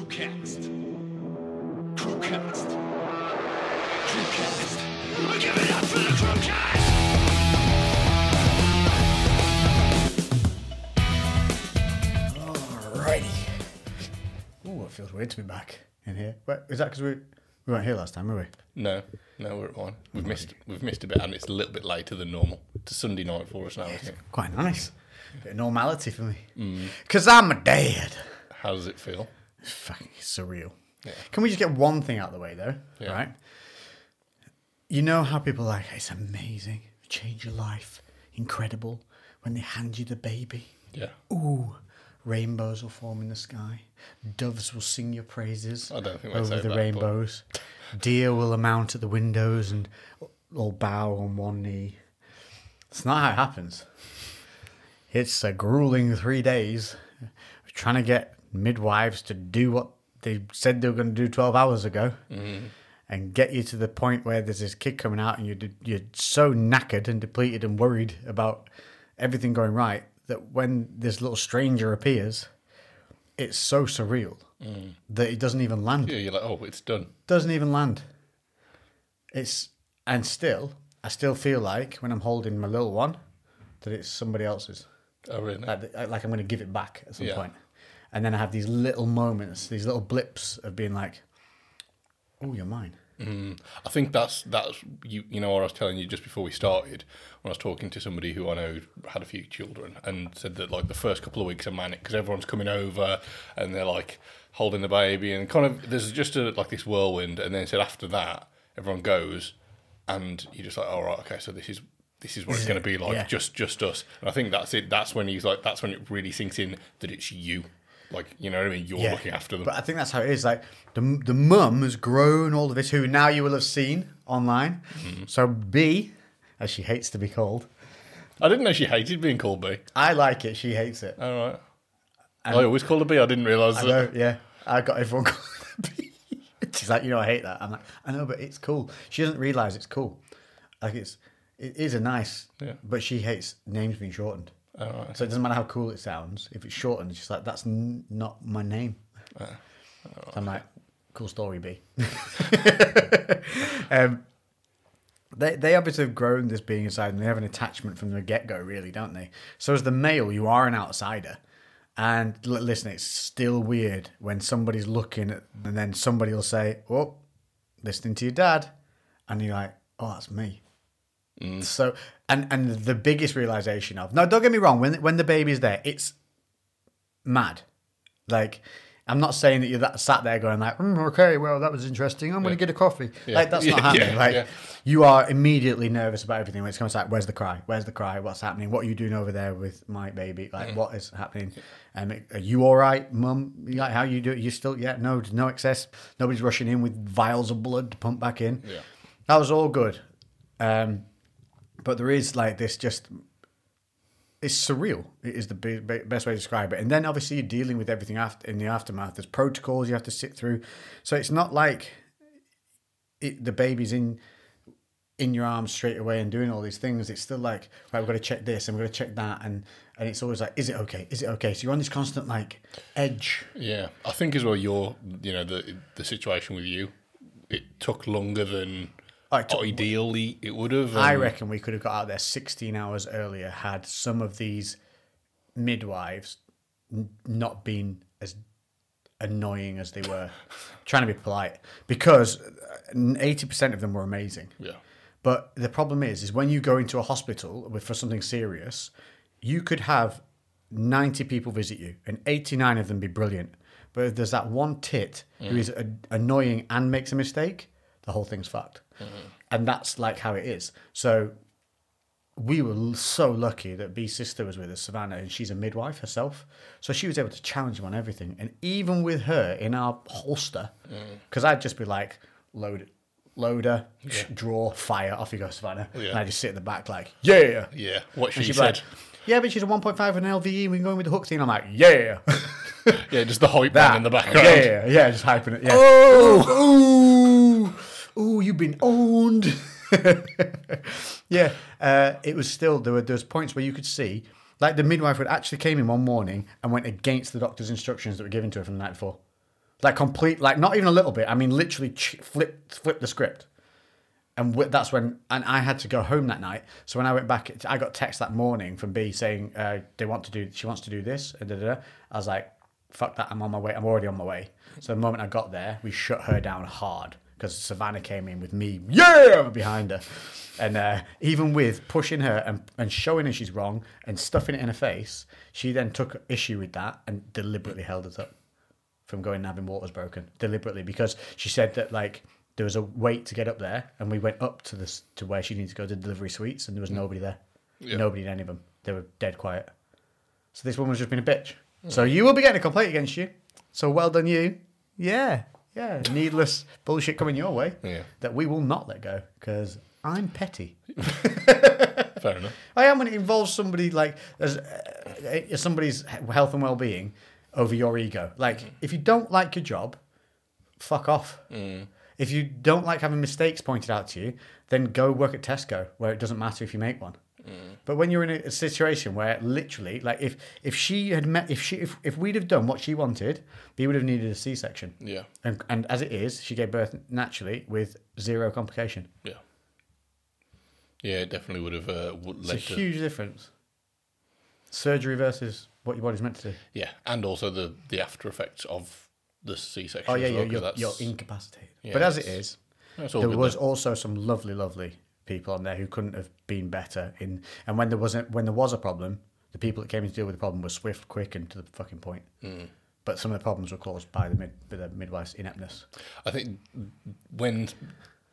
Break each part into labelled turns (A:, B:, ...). A: Crewcast. Crewcast. Crewcast. We're giving up for the crewcast.
B: Alrighty. Oh, it feels weird to be back in here. Wait, is that because we, we weren't here last time, were we?
C: No, no, we're at one. We've missed we've missed a bit, and it's a little bit later than normal. It's a Sunday night for us now, isn't it?
B: Quite nice. Bit of normality for me. Because I'm a dad.
C: How does it feel?
B: It's fucking surreal.
C: Yeah.
B: Can we just get one thing out of the way, though?
C: Yeah.
B: Right? You know how people are like, it's amazing, change your life, incredible, when they hand you the baby.
C: Yeah,
B: Ooh, rainbows will form in the sky. Doves will sing your praises
C: I don't think they
B: over
C: say
B: the
C: that, but-
B: rainbows. Deer will mount at the windows and all bow on one knee. It's not how it happens. It's a grueling three days trying to get midwives to do what they said they were going to do 12 hours ago and get you to the point where there's this kid coming out and you're, de- you're so knackered and depleted and worried about everything going right that when this little stranger appears, it's so surreal that it doesn't even land.
C: yeah. You're like, oh, it's done.
B: Doesn't even land. It's and still, I still feel like when I'm holding my little one, that it's somebody else's
C: Oh, really?
B: like, th- uh, like I'm going to give it back at some
C: Yeah.
B: point. And then I have these little moments, these little blips of being like, "Oh, you're mine."
C: I think that's that's you. You know, what I was telling you just before we started, when I was talking to somebody who I know had a few children, and said that like the first couple of weeks are manic because everyone's coming over and they're like holding the baby and kind of there's just a like this whirlwind, and then said after that everyone goes, and you're just like, all right, okay, so this is this is what it's going to be like,
B: Yeah.
C: just just us. And I think that's it. That's when he's like, that's when it really sinks in that it's you. Like you know what I mean? You're looking after them.
B: But I think that's how it is. Like the the mum has grown all of this, who now you will have seen online.
C: Mm-hmm.
B: So B, as she hates to be called,
C: I didn't know she hated being called B.
B: I like it. She hates it.
C: All right. I always called her B. I didn't realise
B: I
C: that.
B: know, uh, yeah. I got everyone called B. She's like, you know, I hate that. I'm like, I know, but it's cool. She doesn't realize it's cool. Like it's, it is a nice,
C: Yeah.
B: but she hates names being shortened. So it doesn't matter how cool it sounds if it's shortened. She's like, that's n- not my name. So I'm like, cool story, B. um, they they obviously have grown this being inside, and they have an attachment from the get go, really, don't they? So as the male, you are an outsider. And l- listen, it's still weird when somebody's looking at, and then somebody will say, "Oh, listening to your dad," and you're like, "Oh, that's me." So, and and the biggest realization of no, don't get me wrong. When when the baby's there, it's mad. Like, I'm not saying that you're that sat there going like, "Hmm, okay, well, that was interesting. I'm going to get a coffee. Like that's not
C: Yeah,
B: happening.
C: yeah,
B: like
C: yeah.
B: you are immediately nervous about everything when it comes to like, where's the cry? Where's the cry? What's happening? What are you doing over there with my baby? Like,
C: Mm.
B: what is happening? Um, are you all right, mum? Like, how you do? You still? Yeah, no, no excess. Nobody's rushing in with vials of blood to pump back in.
C: Yeah.
B: That was all good. Um, but there is like this just it's surreal is the be- be- best way to describe it and then obviously you're dealing with everything after in the aftermath there's protocols you have to sit through so it's not like it, the baby's in in your arms straight away and doing all these things it's still like right we've got to check this and we've got to check that and and it's always like is it okay is it okay so you're on this constant like edge
C: Yeah, I think as well. Your, you know, the the situation with you, it took longer than
B: Oh, it took-
C: ideally it would have.
B: I
C: and-
B: reckon we could have got out there 16 hours earlier had some of these midwives n- not been as annoying as they were. trying to be polite because uh, 80% of them were amazing.
C: Yeah,
B: But the problem is, is when you go into a hospital with, for something serious, you could have 90 people visit you and 89 of them be brilliant. But if there's that one tit who is a, annoying and makes a mistake, the whole thing's fucked. And that's like how it is. So we were l- so lucky that B's sister was with us, Savannah, and she's a midwife herself. So she was able to challenge him on everything. And even with her in our holster,
C: Mm.
B: because I'd just be like, load, loader, draw, fire, off you go, Savannah.
C: Yeah.
B: And I just sit in the back, like, yeah.
C: yeah. What she
B: And she'd be
C: said.
B: like, yeah, but she's a 1.5 with an LVE, and E, we can go in with the hook thing. I'm like, yeah.
C: yeah, just the hype
B: that.
C: man in the background.
B: Yeah, yeah, yeah, just hyping it. Yeah. Oh, ooh, ooh, you've been owned. yeah, uh, it was still there were there was points where you could see, like the midwife would actually came in one morning and went against the doctor's instructions that were given to her from the night before. like complete, like not even a little bit. I mean, literally ch- flip flip the script, and wh- that's when. And I had to go home that night. So when I went back, I got text that morning from B saying uh, they want to do, she wants to do this, and da, da, da. I was like, fuck that, I'm on my way. I'm already on my way. So the moment I got there, we shut her down hard because Savannah came in with me, yeah, behind her. And uh, even with pushing her and, and showing her she's wrong and stuffing it in her face, she then took issue with that and deliberately held us up from going and having waters broken deliberately because she said that like there was a wait to get up there and we went up to this to where she needed to go to delivery suites and there was nobody there,
C: Mm. Yeah.
B: nobody in any of them. They were dead quiet. So this woman's just been a bitch.
C: Mm.
B: So you will be getting a complaint against you. So well done you. Yeah, yeah. Needless bullshit coming your way
C: Yeah.
B: that we will not let go because I'm petty.
C: Fair enough.
B: I am when it involves somebody like as uh, uh, somebody's health and well-being over your ego. Like if you don't like your job, fuck off. If you don't like having mistakes pointed out to you, then go work at Tesco where it doesn't matter if you make one. But when you're in a, a situation where literally, like if if she had met, if she if, if we'd have done what she wanted, B would have needed a C-section.
C: Yeah.
B: And and as it is, she gave birth naturally with zero complication.
C: Yeah. Yeah, it definitely would have uh, would led
B: It's a
C: to
B: huge difference. Surgery versus what your body's meant to do.
C: yeah, and also the the after effects of the C section.
B: Oh yeah,
C: as well,
B: you're,
C: 'cause
B: you're,
C: that's,
B: you're incapacitated.
C: Yeah,
B: but as it
C: it's-
B: is,
C: that's all
B: there
C: good
B: was
C: though.
B: also some lovely, lovely people on there who couldn't have been better. In and when there wasn't, when there was a problem, the people that came in to deal with the problem were swift, quick, and to the fucking point.
C: Hmm.
B: But some of the problems were caused by the mid, by the midwife's ineptness.
C: I think when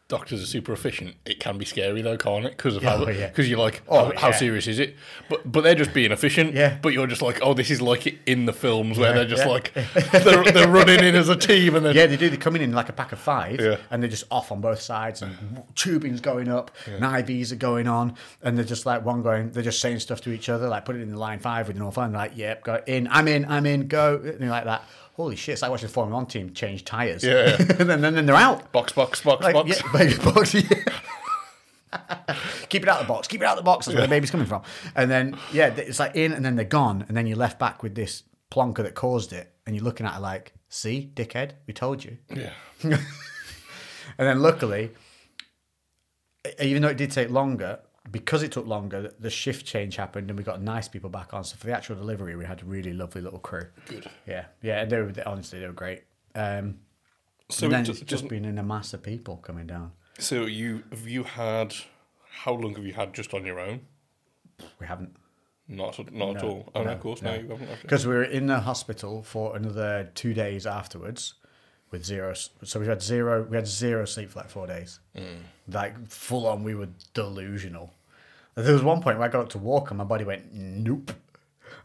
C: doctors are super efficient, it can be scary though, can't it? Because of
B: Oh,
C: how
B: yeah.
C: because you're like,
B: Oh,
C: oh, how
B: yeah.
C: serious is it? But but they're just being efficient.
B: Yeah.
C: But you're just like, oh, this is like in the films where
B: Yeah,
C: they're just
B: yeah.
C: like they're, they're running in as a team and then
B: Yeah, they do. They come in in like a pack of five,
C: Yeah.
B: and they're just off on both sides, and tubing's going up, and IVs are going on, and they're just like one going. They're just saying stuff to each other, like put it in the line five with an all five. And they're like, "Yep, go in. I'm in. I'm in. Go." And they're like that. Holy shit! It's like watching a Formula One team change tires.
C: Yeah.
B: and then, then they're out.
C: box box box
B: Like,
C: box.
B: yeah, baby box. yeah. Keep it out of the box. Keep it out of the box. That's where the baby's coming from. And then yeah, th- it's like in, and then they're gone, and then you're left back with this plonker that caused it, and you're looking at it like, "See, dickhead, we told you."
C: Yeah.
B: And then luckily, e- even though it did take longer, because it took longer, th- the shift change happened and we got nice people back on. So for the actual delivery, we had a really lovely little crew.
C: Good.
B: Yeah, yeah, and they were they- honestly they were great. Um,
C: So
B: and
C: it
B: then
C: ju-
B: it's just
C: doesn't-
B: been in a mass of people coming down.
C: so you have you had how long have you had just on your own?
B: We haven't
C: Not not at all. Oh no, of course, no, you haven't. Had
B: because we were in the hospital for another two days afterwards with zero. s- So we had zero. We had zero sleep for like four days.
C: Mm.
B: Like full on, we were delusional. There was one point where I got up to walk and my body went nope.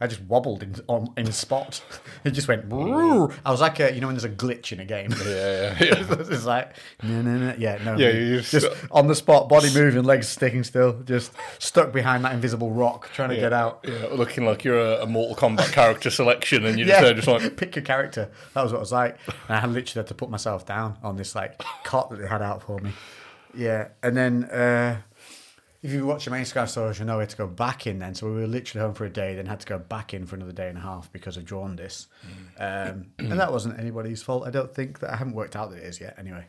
B: I just wobbled in on, in spot. It just went. "Brrr." I was like, a, you know, when there's a glitch in a game.
C: yeah, yeah, yeah.
B: it's like no, no, no, yeah, no.
C: Yeah,
B: no.
C: you
B: just,
C: just-
B: on the spot, body moving, legs sticking still, just stuck behind that invisible rock, trying to get out.
C: Yeah, looking like you're a, a Mortal Kombat character selection, and you're
B: Yeah,
C: just there, just like
B: pick your character. That was what I was like, and I had literally had to put myself down on this like cot that they had out for me. Yeah, and then uh, if you watch the main Sky stories, you know we had to go back in then. So we were literally home for a day, then had to go back in for another day and a half because of jaundice. Um, and that wasn't anybody's fault. I don't think that I haven't worked out that it is yet. Anyway,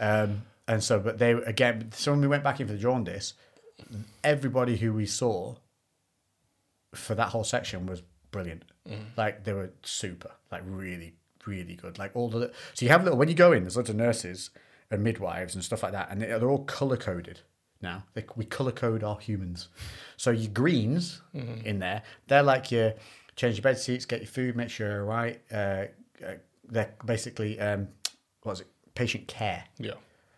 B: um, and so but they again. So when we went back in for the jaundice, everybody who we saw for that whole section was brilliant. Like they were super, like really, really good. Like all the so you have little when you go in, there's loads of nurses and midwives and stuff like that, and they- they're all color coded now. They, we color code our humans, so your greens in there, they're like your change your bed seats, get your food, make sure you're all right. Uh, uh, they're basically um, what is it? Patient care.
C: yeah,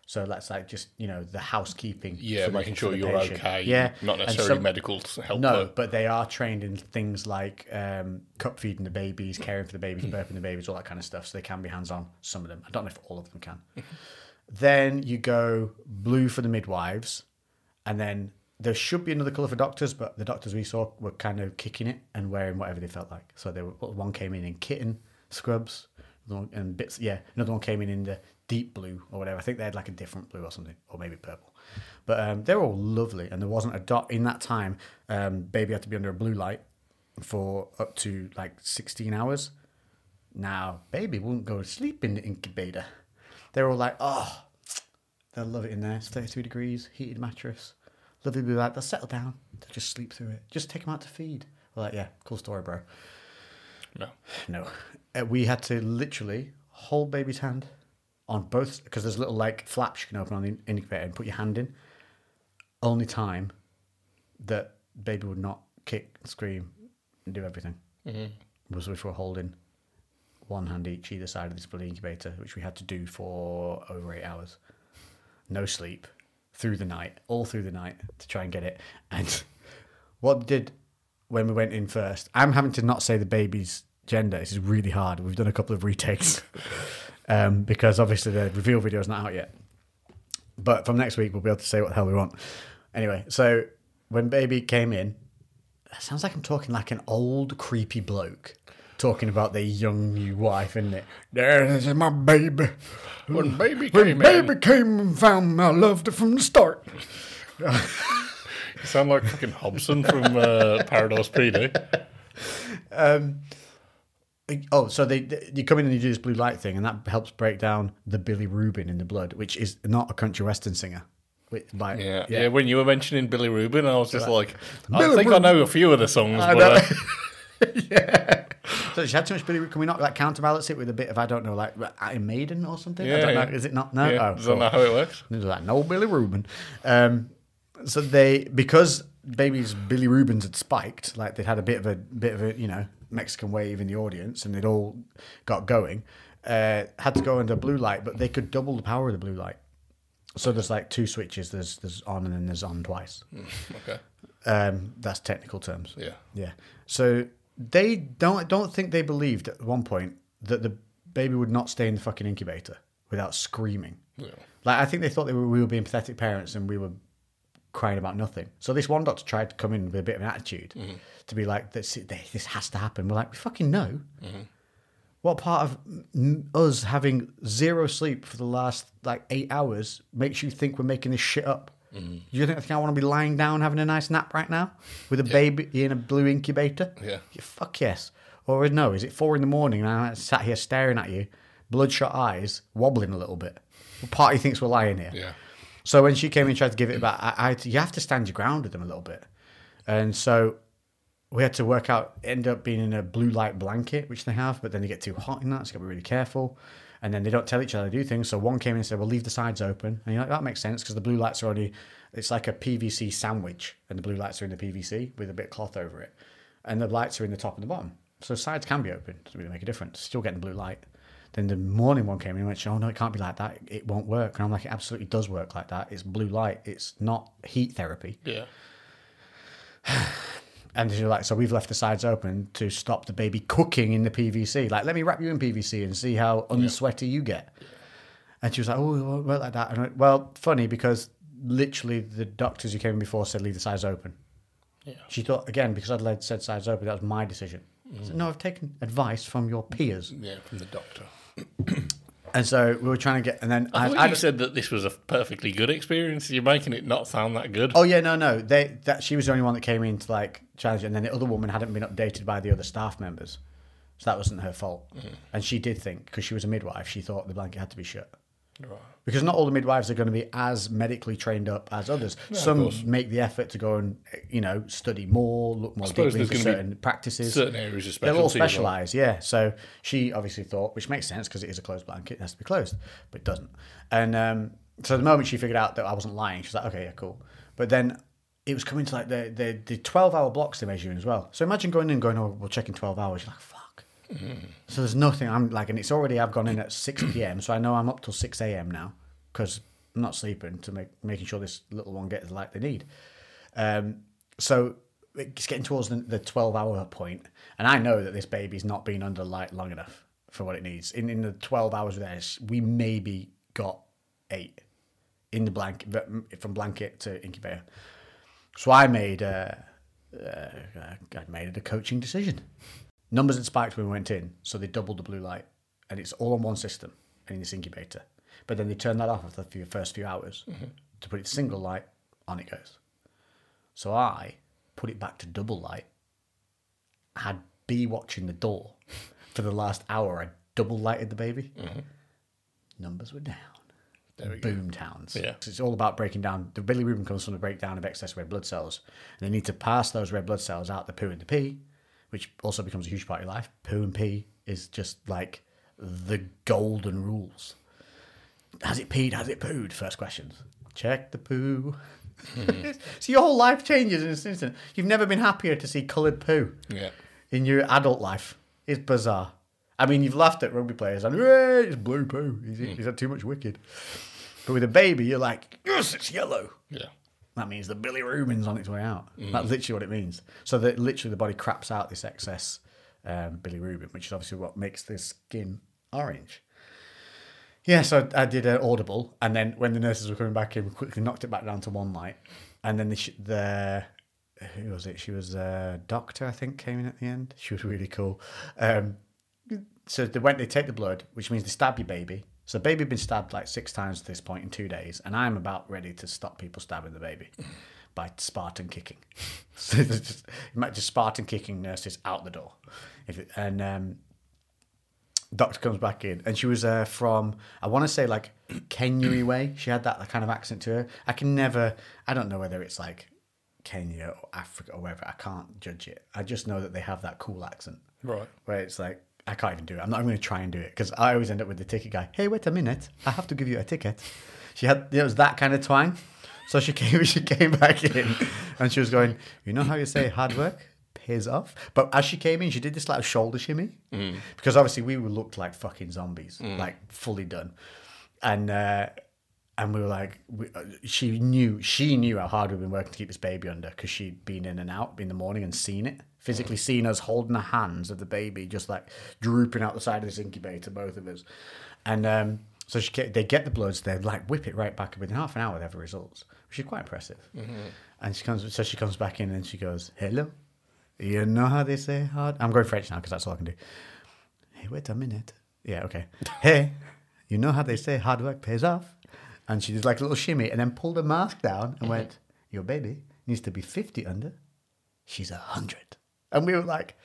B: So that's like just you know the housekeeping.
C: yeah,
B: for the-
C: making
B: for
C: sure
B: the
C: you're
B: patient.
C: okay.
B: Yeah,
C: not
B: And
C: necessarily
B: some-
C: medical s- help.
B: no,
C: though.
B: but they are trained in things like um, cup feeding the babies, caring for the babies,
C: Hmm.
B: burping the babies, all that kind of stuff. So they can be hands on, some of them. I don't know if all of them can. then you go blue for the midwives. And then there should be another colour for doctors, but the doctors we saw were kind of kicking it and wearing whatever they felt like. So they were, one came in in kitten scrubs another one- and bits. Yeah, another one came in in the deep blue or whatever. I think they had like a different blue or something, or maybe purple. But um, they were all lovely, and there wasn't a dot in that time. Um, baby had to be under a blue light for up to like 16 hours Now, baby wouldn't go to sleep in the incubator. They were all like, oh, they'll love it in there. It's 32 degrees, heated mattress. Lovely be like, they'll settle down. They'll just sleep through it. Just take them out to feed. We're like, yeah, cool story, bro.
C: No.
B: No. Uh, we had to literally hold baby's hand on both, because there's little like flaps you can open on the incubator and put your hand in. Only time that baby would not kick, scream, and do everything was if we were holding one hand each either side of this bloody incubator, which we had to do for over eight hours. No sleep through the night, all through the night to try and get it. And what did when we went in first, I'm having to not say the baby's gender. This is really hard. We've done a couple of retakes um, because obviously the reveal video is not out yet. But from next week, we'll be able to say what the hell we want. Anyway, so when baby came in, that sounds like I'm talking like an old creepy bloke talking about their young new wife, isn't it? There, this is my baby.
C: When baby
B: When
C: came
B: baby
C: in,
B: came and found me, I loved her from the start.
C: you sound like fucking Hobson from uh, Paradise PD.
B: Oh, so they, they- you come in and you do this blue light thing, and that helps break down the Billy Rubin in the blood, which is not a country western singer. Which, by,
C: Yeah. yeah, When you were mentioning Billy Rubin, I was just like, I
B: Billy
C: think
B: Rubin.
C: I know a few of the songs,
B: I
C: but uh,
B: So she had too much Billy. Rubin. Can we not like counterbalance it with a bit of I don't know, like Iron Maiden or something? I
C: Yeah,
B: don't know.
C: yeah.
B: Is it not? No.
C: yeah,
B: Oh,
C: I
B: cool.
C: don't know how it works.
B: And they're like, no, Billy Rubin. Um, so they, because babies Billy Rubins had spiked, like they'd had a bit of a bit of a you know Mexican wave in the audience, and they'd all got going. Uh, had to go under blue light, but they could double the power of the blue light. So there's like two switches. There's there's on and then there's on twice.
C: Hmm. Okay.
B: Um, that's technical terms.
C: Yeah.
B: Yeah. So they don't I don't think they believed at one point that the baby would not stay in the fucking incubator without screaming.
C: Yeah.
B: Like I think they thought they were, we were being pathetic parents and we were crying about nothing. So this one doctor tried to come in with a bit of an attitude to be like, this, this has to happen. We're like, we fucking know. What part of n- us having zero sleep for the last like eight hours makes you think we're making this shit up? You think I think I want to be lying down having a nice nap right now with a baby in a blue incubator?
C: Yeah.
B: Fuck yes. Or no, is it four in the morning and I sat here staring at you, bloodshot eyes, wobbling a little bit? What part of you thinks we're lying here?
C: Yeah.
B: So when she came and tried to give it back, I, I had to- you have to stand your ground with them a little bit. And so we had to work out, end up being in a blue light blanket, which they have, but then they get too hot in that, so you gotta be really careful. And then they don't tell each other they do things. So one came in and said, Well, leave the sides open. And you're like, That makes sense because the blue lights are already, it's like a PVC sandwich, and the blue lights are in the PVC with a bit of cloth over it. And the lights are in the top and the bottom. So sides can be open. Doesn't really make a difference. Still getting blue light. Then the morning one came in and went, Oh, no, it can't be like that. It won't work. And I'm like, It absolutely does work like that. It's blue light, it's not heat therapy.
C: Yeah.
B: And she's like, so we've left the sides open to stop the baby cooking in the PVC. Like, let me wrap you in PVC and see how unsweaty you get. And she was like, oh, it won't work like that. And I went, well, funny because literally the doctors who came in before said leave the sides open.
C: Yeah.
B: She thought, again, because I'd led said sides open, that was my decision. I
C: Mm.
B: said, no, I've taken advice from your peers.
C: Yeah, from the doctor.
B: And so we were trying to get, and then
C: I, thought
B: I'd-
C: you said that this was a perfectly good experience. You're making it not sound that good.
B: Oh yeah, no, no. They that she was the only one that came in to like challenge, it, and then the other woman hadn't been updated by the other staff members, so that wasn't her fault.
C: Mm-hmm.
B: And she did think because she was a midwife, she thought the blanket had to be shut.
C: Right.
B: Because not all the midwives are going to be as medically trained up as others. Some make the effort to go and eh, you know study more, look more
C: suppose
B: deeply into
C: there's gonna be
B: certain practices.
C: certain areas of
B: They're all
C: specialty as well.
B: specialised, yeah. So she obviously thought, which makes sense because it is a closed blanket, it has to be closed, but it doesn't. And um, so the moment she figured out that I wasn't lying, she's like, okay, yeah, cool. But then it was coming to like the the, the twelve hour blocks they measure you in as well. So imagine going in and going, oh, we'll check in twelve hours. You're like, fuck. So there's nothing. I'm like, and it's already. I've gone in at six p.m. So I know I'm up till six a.m. now because I'm not sleeping to make making sure this little one gets the light they need. Um, so it's getting towards the, the 12 hour point. And I know that this baby's not been under light long enough for what it needs. In, in the 12 hours of this, we maybe got eight in the blanket, from blanket to incubator. So I made a, uh, I made a coaching decision. Numbers had spiked when we went in, so they doubled the blue light, and it's all on one system and in this incubator. But then they turned that off after the few, first few hours to put it single light on. It goes. So I put it back to double light, had B watching the door, for the last hour, I double lighted the baby. Numbers were down.
C: Mm-hmm. There we go.
B: Boom towns.
C: Yeah.
B: It's all about breaking down. The bilirubin comes from the breakdown of excess red blood cells. And they need to pass those red blood cells out the poo and the pee, which also becomes a huge part of your life. Poo and pee is just like the golden rules. Has it peed? Has it pooed? First questions. Check the poo.
C: Mm-hmm.
B: so your whole life changes in this instant. You've never been happier to see coloured poo
C: Yeah.
B: in your adult life. It's bizarre. I mean, you've laughed at rugby players and "Hey, it's blue poo. He's, he's had too much wicked. But with a baby, you're like, yes, it's yellow.
C: Yeah.
B: That means the bilirubin's on its way out. That's literally what it means. So that literally the body craps out this excess um, bilirubin, which is obviously what makes the skin orange. Yeah, so I did an audible, and then when the nurses were coming back in, we quickly knocked it back down to one light, and then the, sh- the who was it? She was a doctor, I think, came in at the end. She was really cool. Um, so they went, they take the blood, which means they stab your baby. So the baby had been stabbed like six times at this point in two days, and I'm about ready to stop people stabbing the baby by Spartan kicking. so it's just, it might just Spartan kicking nurses out the door. If it, and um, doctor comes back in, and she was uh, from I want to say like Kenya way. She had that kind of accent to her. I can never. I don't know whether it's like Kenya or Africa or wherever. I can't judge it. I just know that they have that cool accent,
C: Right.
B: Where it's like I can't even do it. I'm not even going to try and do it because I always end up with the ticket guy. Hey, wait a minute! I have to give you a ticket. She had it was that kind of twang. So she came. She came back in, and she was going. You know how you say hard work pays off. But as she came in, she did this like shoulder shimmy because obviously we were looked like fucking zombies, like fully done, and uh, and we were like, we, uh, she knew she knew how hard we'd been working to keep this baby under because she'd been in and out in the morning and seen it physically, seen us holding the hands of the baby, just like drooping out the side of this incubator, both of us, and. um so she, ca- they get the bloods, they like whip it right back up within half an hour. They have the results, which is quite impressive. And she comes, so she comes back in and she goes, "Hello, you know how they say hard? I'm going French now because that's all I can do. Hey, wait a minute. Yeah, okay. Hey, you know how they say hard work pays off? And she did like a little shimmy and then pulled her mask down and went, Your baby needs to be 50 under. She's 100. And we were like,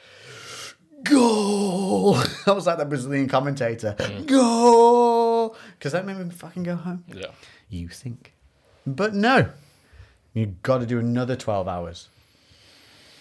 B: Goal! I was like that Brazilian commentator, Goal! Because that made me fucking go home.
C: Yeah.
B: You think. But no. You've got to do another 12 hours.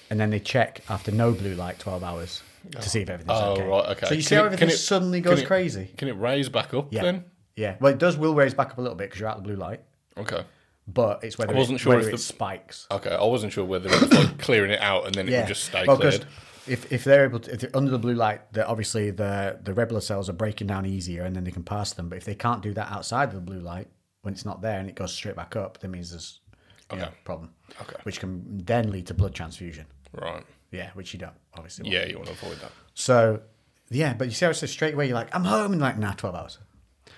B: And then they check after no blue light 12 hours to see if everything's
C: Oh
B: okay.
C: right. Okay.
B: So you
C: Can
B: see how
C: it-
B: everything
C: can it-
B: suddenly
C: can
B: goes
C: it-
B: crazy?
C: Can it raise back up
B: Yeah.
C: then?
B: Yeah. Well, it does will raise back up a little bit because you're out of the blue light,
C: Okay.
B: but it's whether,
C: I wasn't
B: it,
C: sure
B: whether
C: if
B: it
C: the-
B: spikes.
C: Okay. I wasn't sure whether it was like clearing it out and then it
B: Yeah. Oh,
C: would just stay
B: Well, 'cause
C: cleared.
B: If, if they're able to, if they're under the blue light, that obviously the, the red blood cells are breaking down easier and then they can pass them. But if they can't do that outside of the blue light when it's not there and it goes straight back up, that means there's a
C: Okay.
B: problem.
C: Okay.
B: Which can then lead to blood transfusion.
C: Right.
B: Yeah, which you don't, obviously. want.
C: Yeah. You want to avoid that.
B: So, yeah, but you see how it's so straight away, you're like, I'm home in like, nah, 12 hours.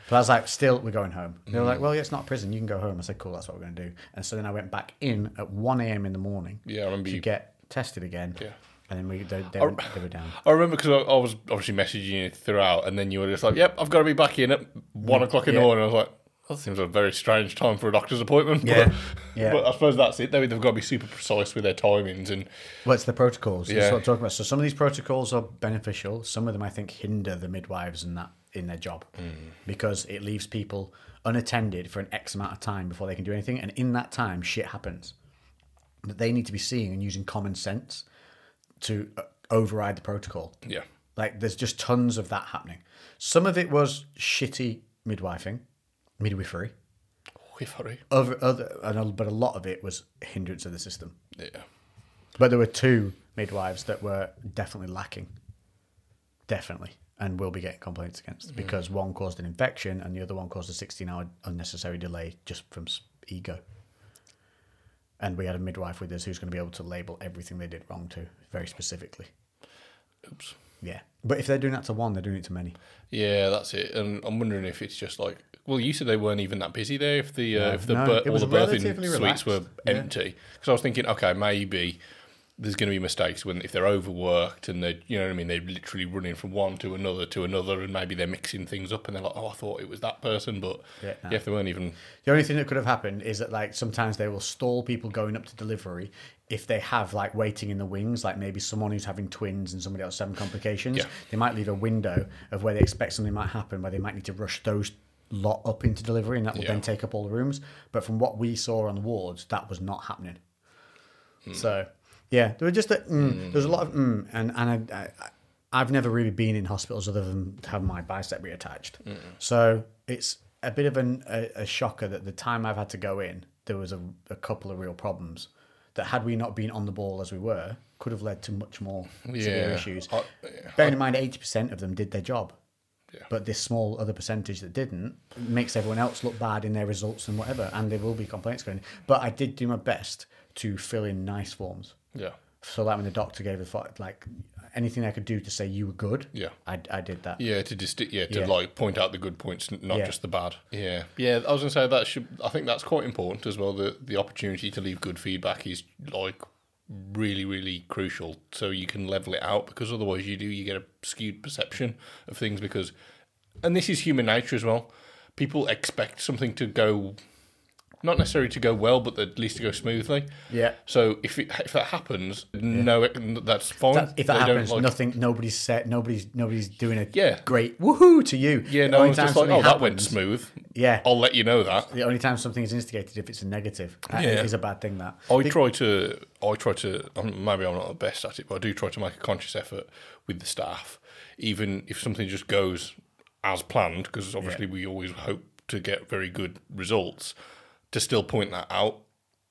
B: But I was like, still, we're going home. They were like,
C: Mm.
B: well, yeah, it's not prison. You can go home. I said, cool, that's what we're going to do. And so then I went back in at 1 a.m. in the morning
C: Yeah. I remember
B: to
C: you.
B: get tested again.
C: Yeah. Oh,
B: And then we, they, they, were, they were down.
C: I remember because I, I was obviously messaging you throughout, and then you were just like, "Yep, I've got to be back in at one o'clock in the
B: Mm, Yeah.
C: morning." I was like, "That seems a very strange time for a doctor's appointment."
B: Yeah.
C: but,
B: Yeah.
C: but I suppose that's it. They, they've got to be super precise with their timings, and
B: Well, it's the protocols. That's
C: Yeah.
B: what I'm talking about. So some of these protocols are beneficial. Some of them, I think, hinder the midwives and that in their job because it leaves people unattended for an X amount of time before they can do anything. And in that time, shit happens that they need to be seeing and using common sense to uh, override the protocol.
C: yeah,
B: Like there's just tons of that happening. Some of it was shitty midwifing, midwifery.
C: whiffery.
B: Other, other, and a- but a lot of it was hindrance of the system.
C: Yeah,
B: But there were two midwives that were definitely lacking. Definitely. And will be getting complaints against because one caused an infection and the other one caused a 16 hour unnecessary delay just from s- ego. And we had a midwife with us who's going to be able to label everything they did wrong to very specifically.
C: oops.
B: Yeah. But if they're doing that to one, they're doing it to many.
C: Yeah, that's it. And I'm wondering if it's just like, well, you said they weren't even that busy there. If the uh, if the
B: no,
C: bir-
B: it
C: all
B: was
C: the birthing
B: relatively
C: suites were
B: relaxed. Yeah.
C: empty, because I was thinking, okay, maybe there's going to be mistakes when if they're overworked and they, you know what I mean, they're literally running from one to another to another, and maybe they're mixing things up, and they're like, oh, I thought it was that person, but
B: Yeah,
C: yeah,
B: nah.
C: if they weren't even
B: The only thing that could have happened is that like sometimes they will stall people going up to delivery if they have like waiting in the wings, like maybe someone who's having twins and somebody else having complications.
C: Yeah.
B: They might leave a window of where they expect something might happen, where they might need to rush those lot up into delivery, and that will
C: Yeah.
B: then take up all the rooms. But from what we saw on the wards, that was not happening. So yeah, there were just a, mm, there's a lot of mm, and and I, I, I've never really been in hospitals other than to have my bicep reattached. So it's a bit of an, a, a shocker that the time I've had to go in, there was a, a couple of real problems that had we not been on the ball as we were, could have led to much more severe
C: Yeah.
B: issues.
C: I-
B: Bearing in mind, eighty percent of them did their job.
C: Yeah.
B: But this small other percentage that didn't makes everyone else look bad in their results and whatever, and there will be complaints going. But I did do my best to fill in nice forms,
C: yeah.
B: so that when the doctor gave a thought, like anything I could do to say you were good,
C: Yeah.
B: I, I did that.
C: Yeah, to disti- yeah, to
B: Yeah.
C: like point out the good points, n- not
B: Yeah.
C: just the bad. Yeah, yeah. I was gonna say that should. I think that's quite important as well. The the opportunity to leave good feedback is like really, really crucial. So you can level it out because otherwise you do you get a skewed perception of things because, and this is human nature as well. People expect something to go, not necessarily to go well, but at least to go smoothly.
B: Yeah.
C: So if it, if that happens, no, that's fine.
B: That- if that
C: They don't
B: happens,
C: like-
B: nothing, nobody's set, nobody's nobody's doing a
C: Yeah.
B: great woohoo to you.
C: Yeah,
B: The
C: no,
B: only
C: it's
B: time
C: just like, oh,
B: something
C: that went
B: happens-
C: smooth. Oh.
B: Yeah.
C: I'll let you know that.
B: The only time something is instigated if it's a negative, That
C: Yeah.
B: is a bad thing. That
C: I try to, I try to, um, maybe I'm not the best at it, but I do try to make a conscious effort with the staff, even if something just goes as planned, because obviously we always hope to get very good results, to still point that out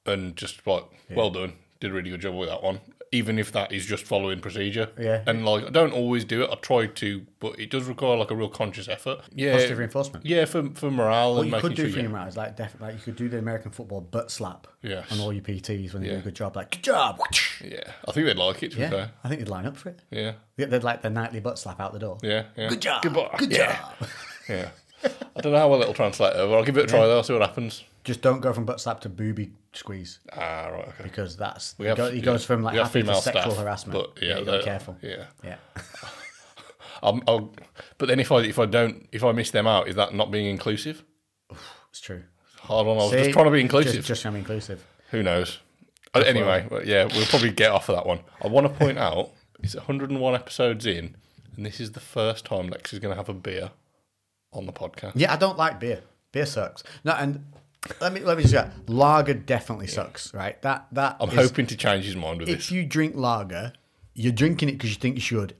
C: and just like, well done, did a really good job with that one, even if that is just following procedure.
B: Yeah.
C: And like, I don't always do it, I try to, but it does require like a real conscious effort. Yeah.
B: positive reinforcement.
C: Yeah, for, for morale
B: What
C: and
B: you
C: making
B: could do
C: sure
B: for
C: you-
B: your morale is like definitely like you could do the American football butt slap
C: Yes.
B: on all your PTs when they do
C: Yeah.
B: a good job, like good job.
C: Yeah, I think they'd like it. To
B: Yeah,
C: be fair.
B: I think you'd line up for it.
C: Yeah,
B: Yeah, They'd like their nightly butt slap out the door.
C: yeah, yeah.
B: Good job.
C: Goodbye.
B: Good
C: yeah.
B: job.
C: Yeah. I don't know how well it'll translate over. I'll give it a try though. I'll see what happens.
B: Just don't go from butt slap to booby squeeze
C: Ah, right. Okay.
B: because that's
C: We have-
B: go- it
C: yeah.
B: goes from like
C: We have
B: happy to
C: female
B: sexual
C: staff,
B: harassment.
C: but yeah,
B: you gotta be
C: they're-
B: careful.
C: yeah.
B: yeah.
C: I'm, I'll. But then if I if I don't if I miss them out, is that not being inclusive?
B: it's true.
C: Hard on. I was
B: See?
C: just trying to be inclusive.
B: Just, just trying to be inclusive.
C: Who knows? Uh, anyway, well, yeah, we'll probably get off of that one. I want to point out it's 101 episodes in, and this is the first time Lex is going to have a beer on the podcast.
B: Yeah, I don't like beer. Beer sucks. No, and let me let me just say, that. lager definitely sucks. Right, that that
C: I'm
B: is-
C: hoping to change his mind with this.
B: if you drink lager, you're drinking it because you think you should.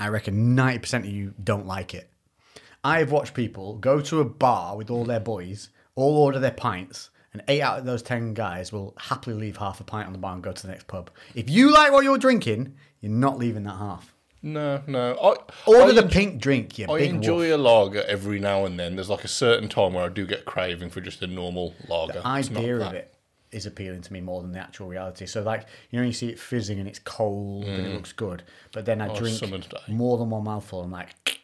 B: I reckon 90% of you don't like it. I've watched people go to a bar with all their boys, all order their pints, and eight out of those 10 guys will happily leave half a pint on the bar and go to the next pub. If you like what you're drinking, you're not leaving that half.
C: No, no. I,
B: Order
C: I,
B: the pink drink, you
C: I
B: big
C: enjoy
B: wolf.
C: a lager every now and then. There's like a certain time where I do get craving for just a normal lager. It's not
B: idea of
C: that-
B: it is appealing to me more than the actual reality. So like you know, you see it fizzing and it's cold and it looks good, but then I drink
C: summer today.
B: more than one mouthful and like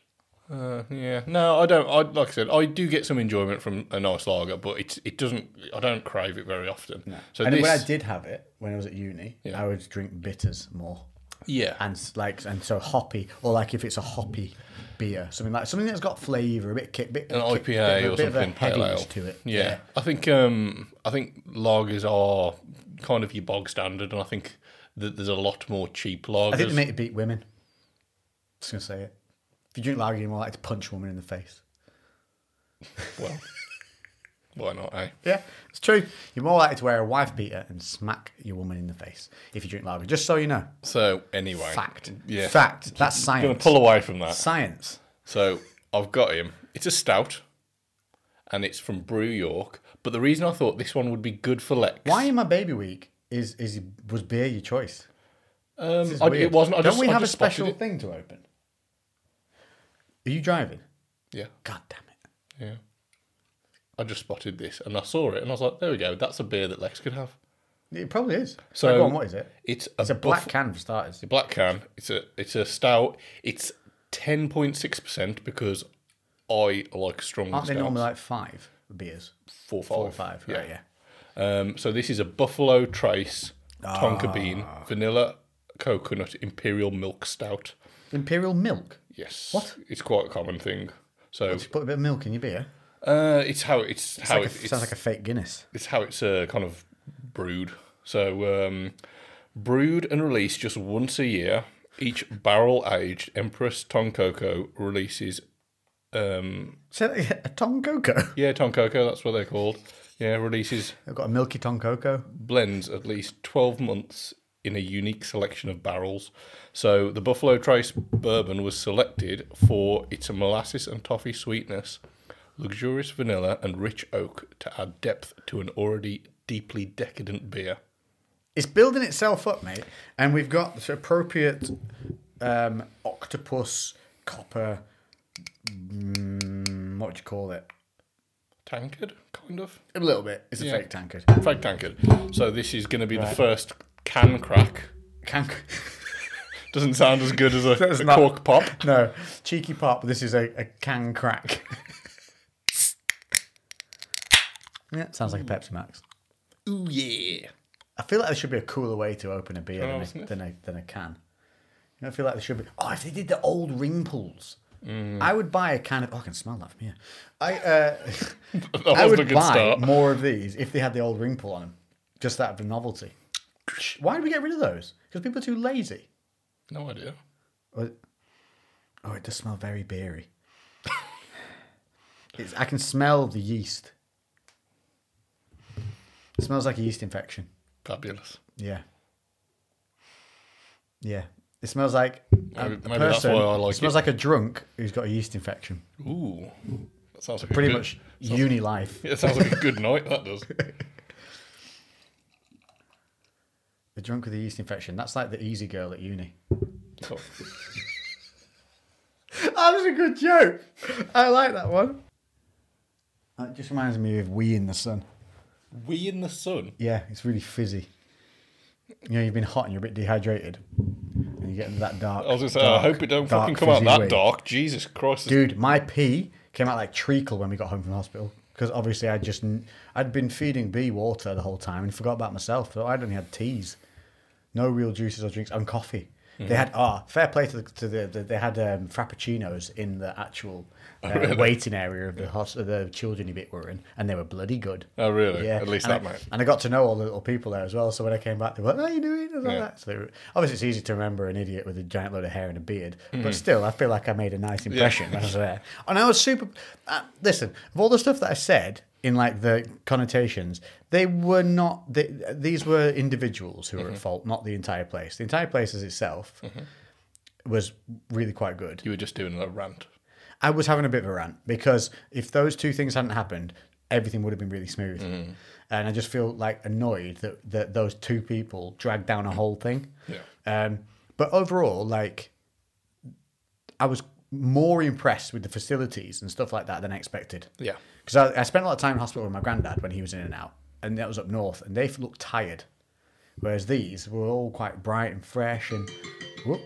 C: Uh, yeah. No, I don't. I like I said, I do get some enjoyment from a nice lager, but it's it doesn't. I don't crave it very often. So
B: and
C: this,
B: when I did have it when I was at uni, I would drink bitters more,
C: yeah,
B: and s- like and so hoppy or like if it's a hoppy beer, something like something that's got flavour, a bit kick, bit
C: an
B: kick- bit of
C: IPA
B: a-
C: or
B: bit of a
C: something pale
B: headiness
C: ale
B: to it.
C: Yeah. I think um, I think lagers are kind of your bog standard, and I think that there's a lot more cheap lagers.
B: I think they make you beat women. Just gonna say it. If you drink lager, you're more likely to punch a woman in the face.
C: well, why not? Eh?
B: Yeah, it's true. You're more likely to wear a wife beater and smack your woman in the face if you drink lager. Just so you know,
C: So anyway,
B: fact.
C: Yeah.
B: fact. That's
C: I'm going to
B: science.
C: pull away from that.
B: Science.
C: So I've got him. It's a stout, and it's from Brew York. But the reason I thought this one would be good for Lex,
B: Why in my baby week is is was beer your choice?
C: Um,
B: It's
C: I,
B: weird.
C: it wasn't. I
B: Don't
C: just,
B: we
C: I
B: have a
C: just spotted
B: special
C: it.
B: thing to open? Are you driving?
C: Yeah,
B: God damn it!
C: yeah. I just spotted this, and I saw it, and I was like, "There we go. That's a beer that Lex could have."
B: It probably is. So
C: So-
B: go on, what is it?
C: It's a,
B: It's a black
C: Buff-
B: can for starters.
C: a black can. It's a it's a stout. It's ten point six percent because I like strong.
B: Aren't they
C: stouts.
B: normally like five beers?
C: four, five.
B: Four or five, right? Yeah.
C: Um, so this is a Buffalo Trace
B: Ah.
C: tonka bean, vanilla, coconut, imperial milk stout.
B: Imperial milk.
C: Yes. What? It's quite a common thing. So
B: Just put a bit of milk in your beer.
C: uh, it's how it's, how
B: Like a-
C: it, it's
B: sounds like a fake Guinness.
C: it's how it's uh, kind of brewed. So um, brewed and released just once a year. Each barrel aged Empress Tonkoko releases. Um,
B: So a Toncoco.
C: yeah, Tonkoko. That's what they're called. Yeah, releases
B: I've got a milky Toncoco.
C: blends at least 12 months in a unique selection of barrels. So the Buffalo Trace bourbon was selected for its molasses and toffee sweetness, luxurious vanilla, and rich oak to add depth to an already deeply decadent beer.
B: It's building itself up, mate. And we've got the appropriate um, octopus, copper, mm, what do you call it?
C: Tankard, kind of.
B: A little bit. It's a
C: Yeah.
B: fake tankard.
C: Fag tankard. So this is going to be the first can crack.
B: Can-
C: Doesn't sound as good as a,
B: That's
C: a
B: not-
C: cork pop.
B: no, cheeky pop. This is a, a can crack. yeah, sounds like a Pepsi Max.
C: Ooh, yeah.
B: I feel like there should be a cooler way to open a beer
C: I'll
B: than a,
C: sniff.
B: than, a, than a can. You know, I feel like there should be. Oh, if they did the old ring pulls, I would buy a can of. Oh, I can smell that from here. I uh,
C: That
B: I
C: was a
B: would
C: good
B: buy
C: start.
B: more of these if they had the old ring pull on them, just that of a novelty. Why did we get rid of those? Because people are too lazy.
C: No idea.
B: Or- Oh, it does smell very beery. it's, I can smell the yeast. It smells like a yeast infection.
C: Fabulous.
B: Yeah. Yeah. It smells like a,
C: Maybe-
B: a
C: maybe that's
B: person.
C: why I like
B: it smells
C: it.
B: like a drunk who's got a yeast infection.
C: Ooh. That sounds like a
B: Pretty
C: good-
B: much uni life.
C: It sounds like a good night, that does.
B: The drunk with a yeast infection. That's like the easy girl at uni.
C: Oh,
B: That was a good joke. I like that one. That just reminds me of We in the Sun.
C: We in the sun.
B: Yeah, it's really fizzy. You know, you've been hot and you're a bit dehydrated, and you get that dark.
C: I was gonna say, I
B: dark-
C: hope it don't
B: dark
C: fucking come out
B: fizzy
C: that
B: wee.
C: dark. Jesus Christ.
B: Dude, my pee came out like treacle when we got home from the hospital because obviously I just I'd been feeding B water the whole time and forgot about myself. So I'd only had teas, no real juices or drinks, and coffee.
C: Mm-hmm.
B: They had ah fair play to the, to the, the they had um, frappuccinos in the actual
C: Oh,
B: uh, waiting area of the hos- of the children bit we're in, and they were bloody good.
C: Oh, really? At least
B: and
C: that
B: I,
C: might-
B: And I got to know all the little people there as well. So when I came back, they were like, "How you doing?" And all
C: Yeah.
B: that. So they were, obviously, it's easy to remember an idiot with a giant load of hair and a beard. But still, I feel like I made a nice impression when I was there. And I was super. Uh, listen, of all the stuff that I said in like the connotations, they were not. They, these were individuals who were at fault, not the entire place. The entire place as itself was really quite good.
C: You were just doing a rant.
B: I was having a bit of a rant because if those two things hadn't happened, everything would have been really smooth. And I just feel like annoyed that, that those two people dragged down a whole thing.
C: Yeah.
B: Um, but overall, like, I was more impressed with the facilities and stuff like that than I expected.
C: Yeah.
B: Because I, I spent a lot of time in hospital with my granddad when he was in and out, and that was up north, and they looked tired. Whereas these were all quite bright and fresh, and whoop.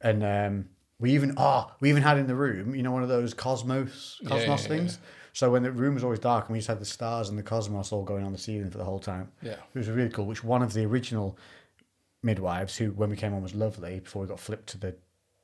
B: and um, we even ah we even had in the room, you know, one of those cosmos cosmos
C: yeah, yeah,
B: things. So when the room was always dark, and we just had the stars and the cosmos all going on the ceiling for the whole time.
C: Yeah.
B: it was really cool. Which one of the original midwives, who when we came on was lovely, before we got flipped to the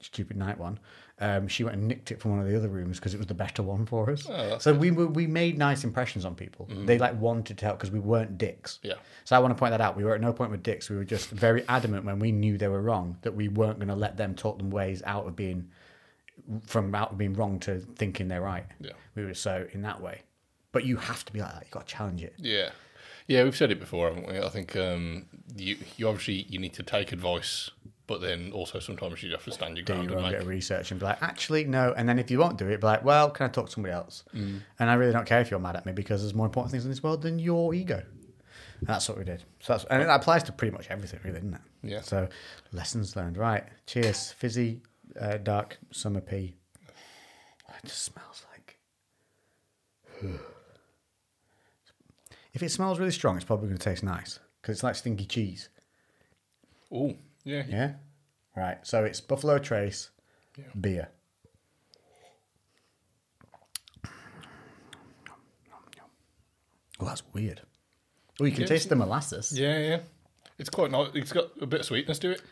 B: stupid night one, um, she went and nicked it from one of the other rooms because it was the better one for us.
C: Oh,
B: so we were, we made nice impressions on people. They like wanted to help because we weren't dicks.
C: Mm-hmm. Yeah.
B: So I want to point that out. We were at no point with dicks. We were just very adamant when we knew they were wrong that we weren't going to let them talk them ways out of being from out of being wrong to thinking they're right.
C: Yeah.
B: We were so in that way. But you have to be like that. You got to challenge it.
C: Yeah. Yeah, we've said it before, haven't we? I think um, you you obviously you need to take advice, but then also sometimes you have to stand your
B: do
C: ground
B: your
C: and
B: own bit
C: like
B: of research and be like, actually, no. And then if you won't do it, be like, well, can I talk to somebody else?
C: Mm.
B: And I really don't care if you're mad at me because there's more important things in this world than your ego. And that's what we did. So that's and it applies to pretty much everything, really, doesn't it?
C: Yeah.
B: So lessons learned. Right. Cheers. Fizzy, uh, dark summer pea. Oh, It just smells like. if it smells really strong, it's probably going to taste nice because it's like stinky cheese.
C: Oh, yeah.
B: Yeah. Right. So it's Buffalo Trace beer. Oh, that's weird. Oh, you can
C: Yeah,
B: taste the molasses.
C: Yeah, yeah. It's quite nice. It's got a bit of sweetness to it.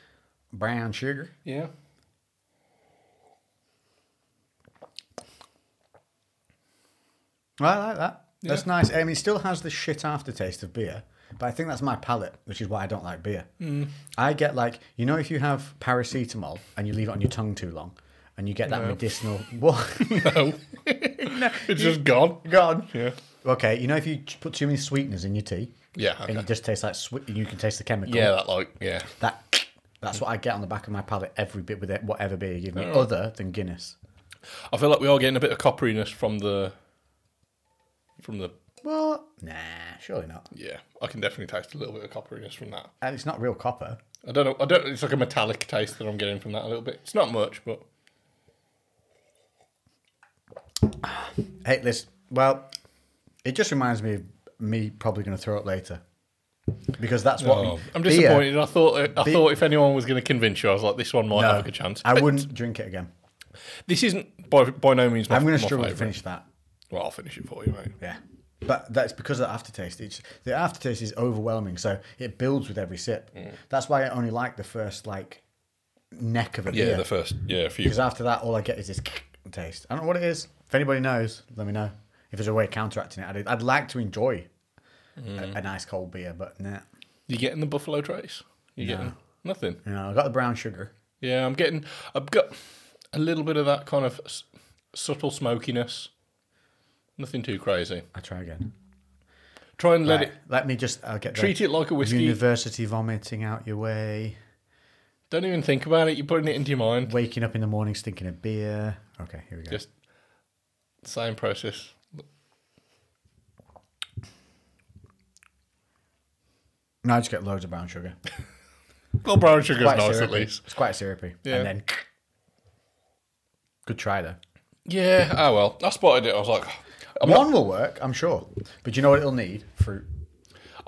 B: Brown sugar.
C: Yeah.
B: I like that. That's nice. I mean, it still has the shit aftertaste of beer, but I think that's my palate, which is why I don't like beer. I get like, you know, if you have paracetamol and you leave it on your tongue too long and you get that medicinal. What?
C: No. it's just gone.
B: Gone.
C: Yeah.
B: Okay, you know, if you ch- put too many sweeteners in your tea
C: Yeah.
B: and
C: Okay.
B: it just tastes like sweet, you can taste the chemical.
C: Yeah, that like yeah.
B: That. That's what I get on the back of my palate every bit with it, whatever beer you give me,
C: Alright.
B: other than Guinness.
C: I feel like we are getting a bit of copperiness from the from the
B: What? Nah, surely not.
C: yeah. I can definitely taste a little bit of copperiness from that.
B: And it's not real copper.
C: I don't know. I don't. It's like a metallic taste that I'm getting from that a little bit. It's not much, but
B: Hey, listen. Well, it just reminds me of me probably going to throw up later because that's what
C: Oh, I'm
B: beer-
C: disappointed. I thought I
B: Beer-
C: thought if anyone was going to convince you, I was like, this one might
B: No,
C: have a good chance.
B: I
C: But
B: wouldn't drink it again.
C: This isn't by by no means. My,
B: I'm going
C: my
B: to struggle to
C: favourite.
B: finish that.
C: Well, I'll finish it for you, mate.
B: Yeah, but that's because of the aftertaste. It's, the aftertaste is overwhelming, so it builds with every sip. That's why I only like the first like neck of a
C: Yeah,
B: beer
C: the first. Yeah, a few.
B: because after that, all I get is this taste. I don't know what it is. If anybody knows, let me know. If there's a way of counteracting it, I'd, I'd like to enjoy
C: Mm.
B: a, a nice cold beer, but nah.
C: You getting the Buffalo Trace? You getting nothing?
B: You know, I got the brown sugar.
C: Yeah, I'm getting. I've got a little bit of that kind of s- subtle smokiness. Nothing too crazy.
B: I try again.
C: Try and let
B: Right,
C: it.
B: Let me just. I'll get the
C: Treat it like a whiskey.
B: University vomiting out your way,
C: Don't even think about it. You're putting it into your mind.
B: waking up in the morning stinking of beer. Okay, here we go.
C: Just same process.
B: no, I just get loads of brown sugar.
C: Well, brown sugar's
B: Quite
C: nice at
B: syrupy.
C: least.
B: It's quite syrupy.
C: Yeah.
B: And then, good try though.
C: Yeah. Oh well, I spotted it. I was like, I'm not-
B: One will work, I'm sure. But you know what it'll need? Fruit.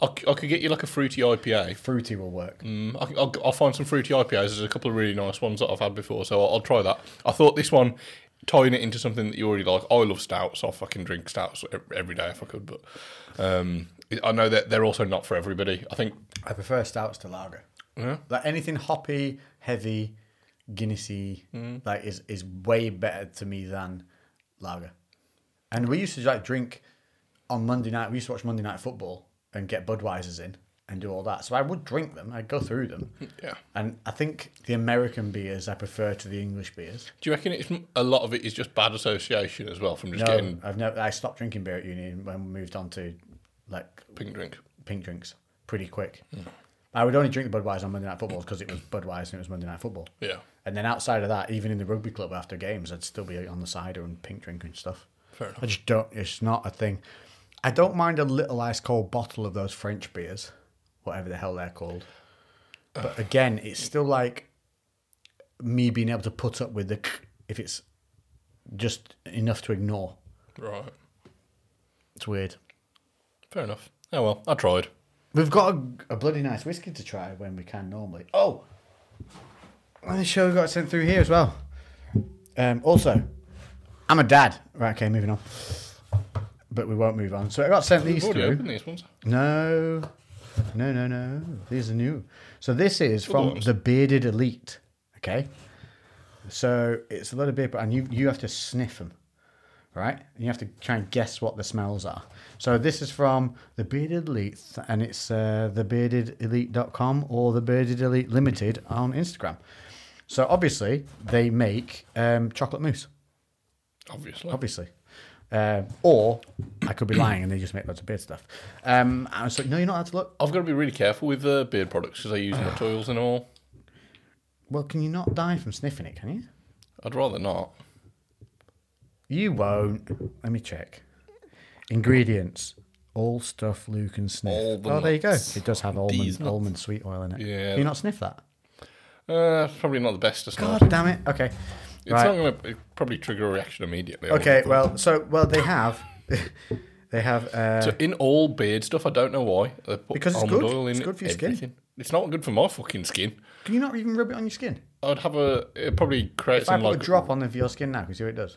C: I, c- I could get you like a fruity IPA.
B: Fruity will work.
C: Mm, I, will I'll find some fruity IPAs. There's a couple of really nice ones that I've had before, so I'll, I'll try that. I thought this one, tying it into something that you already like. I love stouts. I fucking drink stouts ev- every day if I could, but um, I know that they're also not for everybody. I think.
B: I prefer stouts to lager. Like anything hoppy, heavy, Guinnessy,
C: Mm.
B: like is is way better to me than lager. And we used to like drink on Monday night. We used to watch Monday night football and get Budweisers in and do all that. So I would drink them. I'd go through them.
C: Yeah.
B: And I think the American beers I prefer to the English beers.
C: Do you reckon it's m- a lot of it is just bad association as well from just
B: No,
C: getting
B: I've never. I stopped drinking beer at uni when we moved on to like
C: pink drink?
B: pink drinks pretty quick. I would only drink the Budweiser on Monday Night Football because it was Budweiser and it was Monday Night Football.
C: Yeah.
B: And then outside of that, even in the rugby club after games, I'd still be on the cider and pink drinking stuff.
C: Fair enough.
B: I just don't. It's not a thing. I don't mind a little ice cold bottle of those French beers, whatever the hell they're called. But again, it's still like me being able to put up with the if it's just enough to ignore.
C: Right.
B: It's weird.
C: Fair enough. Oh well, I tried.
B: We've got a, a bloody nice whiskey to try when we can normally. Oh, and the show got sent through here as well. Um, also, I'm a dad. Right, okay, moving on. But we won't move on. So I got sent
C: We've
B: these
C: already
B: through.
C: opened these ones.
B: No, no, no, no. These are new. So this is
C: Other
B: from
C: ones.
B: the Bearded Elite. Okay. So it's a lot of beer, but and you you have to sniff them, right? And you have to try and guess what the smells are. So this is from the Bearded Elite, and it's uh, thebeardedelite.com or the Bearded Elite Limited on Instagram. So obviously they make um, chocolate mousse
C: Obviously.
B: obviously. Um, or I could be lying and they just make loads of beard stuff. Um, I was like, no, you're not allowed to look.
C: I've got to be really careful with uh, beard products because I use nut oils and all.
B: Well, can you not die from sniffing it? Can you?
C: I'd rather not.
B: You won't. Let me check. Ingredients: all stuff Luke can sniff.
C: All the
B: oh, there you go.
C: nuts.
B: It does have almond
C: These nuts.
B: almond sweet oil in it.
C: Yeah.
B: Can you not sniff that?
C: Uh, it's probably not the best to start.
B: God damn it. Okay.
C: It's not going to probably trigger a reaction immediately. I
B: Okay.
C: wouldn't have
B: Well, so well they have, they have. Uh,
C: thought. so in all beard stuff, I don't know why they put
B: Because it's
C: almond
B: good.
C: oil in
B: It's good for your skin.
C: everything. It's not good for my fucking skin.
B: can you not even rub it on your skin?
C: I'd have a it probably create
B: If I
C: some
B: put
C: like
B: a drop on the your skin now, can you see what it does?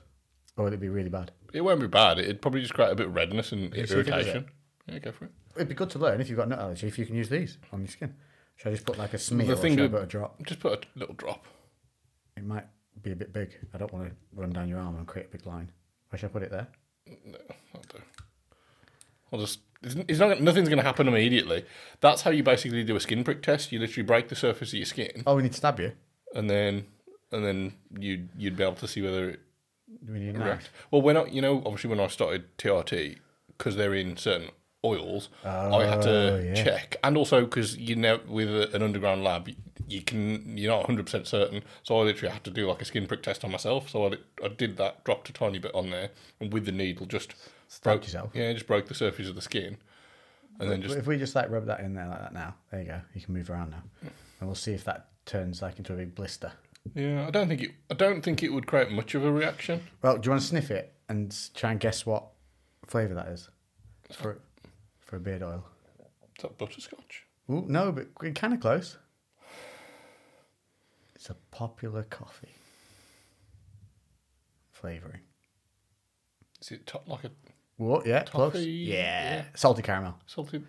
B: Or it'd be really bad.
C: it won't be bad. It'd probably just create a bit of redness and
B: see if it does
C: irritation. Yeah, go for it.
B: It'd be good to learn if you've got nut allergy if you can use these on your skin. Should I just put like a smear
C: The
B: or
C: thing
B: should I
C: with-
B: put a drop?
C: Just put a little drop.
B: It might be a bit big. I don't want to run down your arm and create a big line. Where should I put it there?
C: No, I'll do. I'll just. It's it's not. Nothing's going to happen immediately. That's how you basically do a skin prick test. You literally break the surface of your skin,
B: Oh, we need to stab you.
C: and then and then you you'd be able to see whether it
B: Do we need a knife?
C: reacts. Well, when I, you know, obviously when I started TRT, because they're in certain oils, I had to
B: Oh, yeah.
C: check, and also because you know, with a- an underground lab, you, you can you're not 100 percent certain. So I literally had to do like a skin prick test on myself. So I, li- I did that, dropped a tiny bit on there, and with the needle just broke
B: yourself.
C: Yeah, just broke the surface of the skin, and then
B: But
C: just
B: if we just like rub that in there like that now, there you go. You can move around now, and we'll see if that turns like into a big blister.
C: yeah. I don't think it. I don't think it would create much of a reaction.
B: Well, do you want to sniff it and s- try and guess what flavour that is for for a beard oil?
C: Is that butterscotch?
B: Ooh, no, but kind of close. It's a popular coffee flavouring.
C: Is it top, like a
B: What? Yeah, close.
C: Toffee,
B: Yeah.
C: yeah.
B: salty caramel.
C: salted?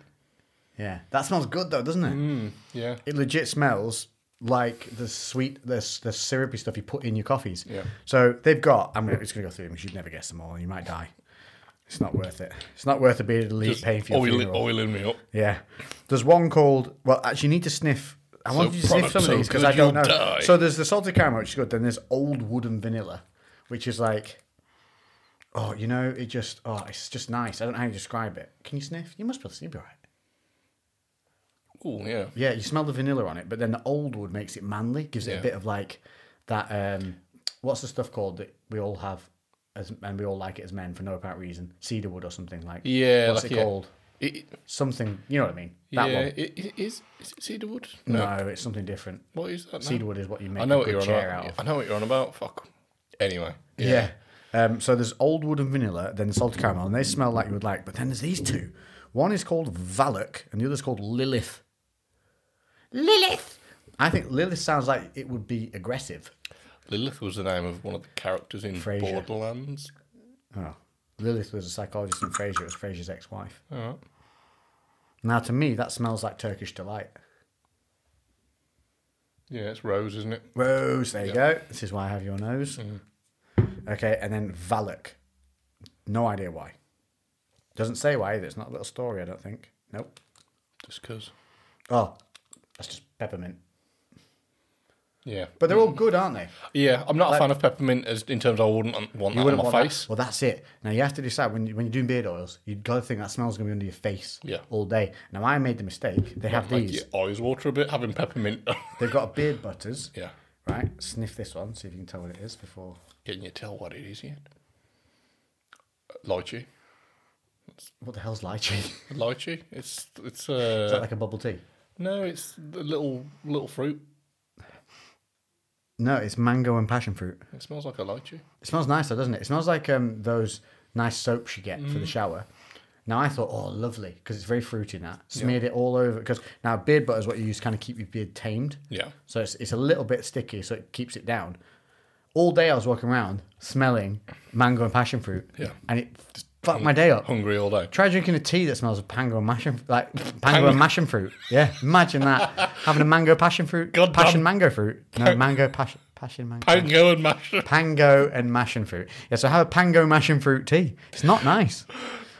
B: Yeah, that smells good though, doesn't it?
C: Mm, yeah.
B: it legit smells like the sweet, the, the syrupy stuff you put in your coffees.
C: Yeah.
B: So they've got. I'm gonna, just going to go through them because you'd never guess them all, and you might die. It's not worth it. It's not worth a bearded elite
C: Just
B: paying for your
C: oiling,
B: funeral.
C: oiling me up.
B: Yeah. There's one called. Well, actually, you need to sniff. I want you to sniff
C: products
B: some of
C: so
B: these because I
C: good
B: don't know.
C: you'll die.
B: So there's the salted caramel, which is good. Then there's old wooden vanilla, which is like. Oh, you know, it just oh, it's just nice. I don't know how you describe it. Can you sniff? You must be able to sniff, right?
C: Oh yeah.
B: Yeah, you smell the vanilla on it, but then the old wood makes it manly, gives it a
C: Yeah.
B: bit of like that. Um, what's the stuff called that we all have as and we all like it as men for no apparent reason? Cedar wood or something like.
C: Yeah,
B: what's
C: like,
B: it
C: yeah.
B: called?
C: It,
B: Something. You know what I mean? That
C: yeah,
B: one.
C: It, it is. Is it cedarwood?
B: No. it's something different.
C: What is that? Now?
B: Cedarwood is what you make
C: I know
B: a
C: what
B: good
C: you're on
B: chair out
C: about.
B: of.
C: I know what you're on about. Fuck. Anyway.
B: Yeah. Um, so there's old wood and vanilla, then salted caramel, and they smell like you would like. But then there's these two. One is called Valak, and the other's called Lilith. Lilith. I think Lilith sounds like it would be aggressive.
C: Lilith was the name of one of the characters in
B: Frasier.
C: Borderlands.
B: Oh, Lilith was a psychologist in Frasier. It was Frasier's ex-wife.
C: Alright.
B: Now, to me, that smells like Turkish delight.
C: Yeah, it's Rose, isn't it?
B: Rose, there you go. This is why I have your nose.
C: Mm-hmm.
B: Okay, and then Valak. No idea why. Doesn't say why either. It's not a little story, I don't think. Nope.
C: Just because.
B: Oh, that's just peppermint.
C: Yeah.
B: But they're all good, aren't they?
C: Yeah, I'm not a fan of peppermint as in terms I wouldn't want that on my
B: want that-
C: face.
B: Well, that's it. Now you have to decide when you, when you're doing beard oils, you got to think that smell's going to be under your face
C: Yeah.
B: all day. Now I made the mistake. They have
C: Like
B: these.
C: your eyes water a bit having peppermint.
B: They've got beard butters.
C: yeah.
B: Right. Sniff this one. See if you can tell what it is before.
C: Can you tell what it is yet? Lychee.
B: What the hell's lychee? is
C: Lychee. It's it's uh
B: that like a bubble tea?
C: no, it's the little little fruit.
B: No, it's mango and passion fruit.
C: It smells like a lychee.
B: It smells nice though, doesn't it? It smells like um, those nice soaps you get for
C: Mm.
B: the shower. Now I thought, oh, lovely, because it's very fruity. and That smeared it all over. Because now beard butter is what you use to kind of keep your beard tamed.
C: Yeah.
B: So it's, it's a little bit sticky, so it keeps it down. All day I was walking around smelling mango and passion fruit.
C: Yeah. Mm.
B: And it fucked my day up.
C: Hungry all day.
B: Try drinking a tea that smells of pango and passion, like pango and passion fruit. Yeah, imagine that. Having a mango passion fruit,
C: God damn-
B: passion mango fruit. No, mango passion, passion mango.
C: Pango and mash.
B: Pango and mashing fruit. Yeah, so have a pango mashing fruit tea. It's not nice.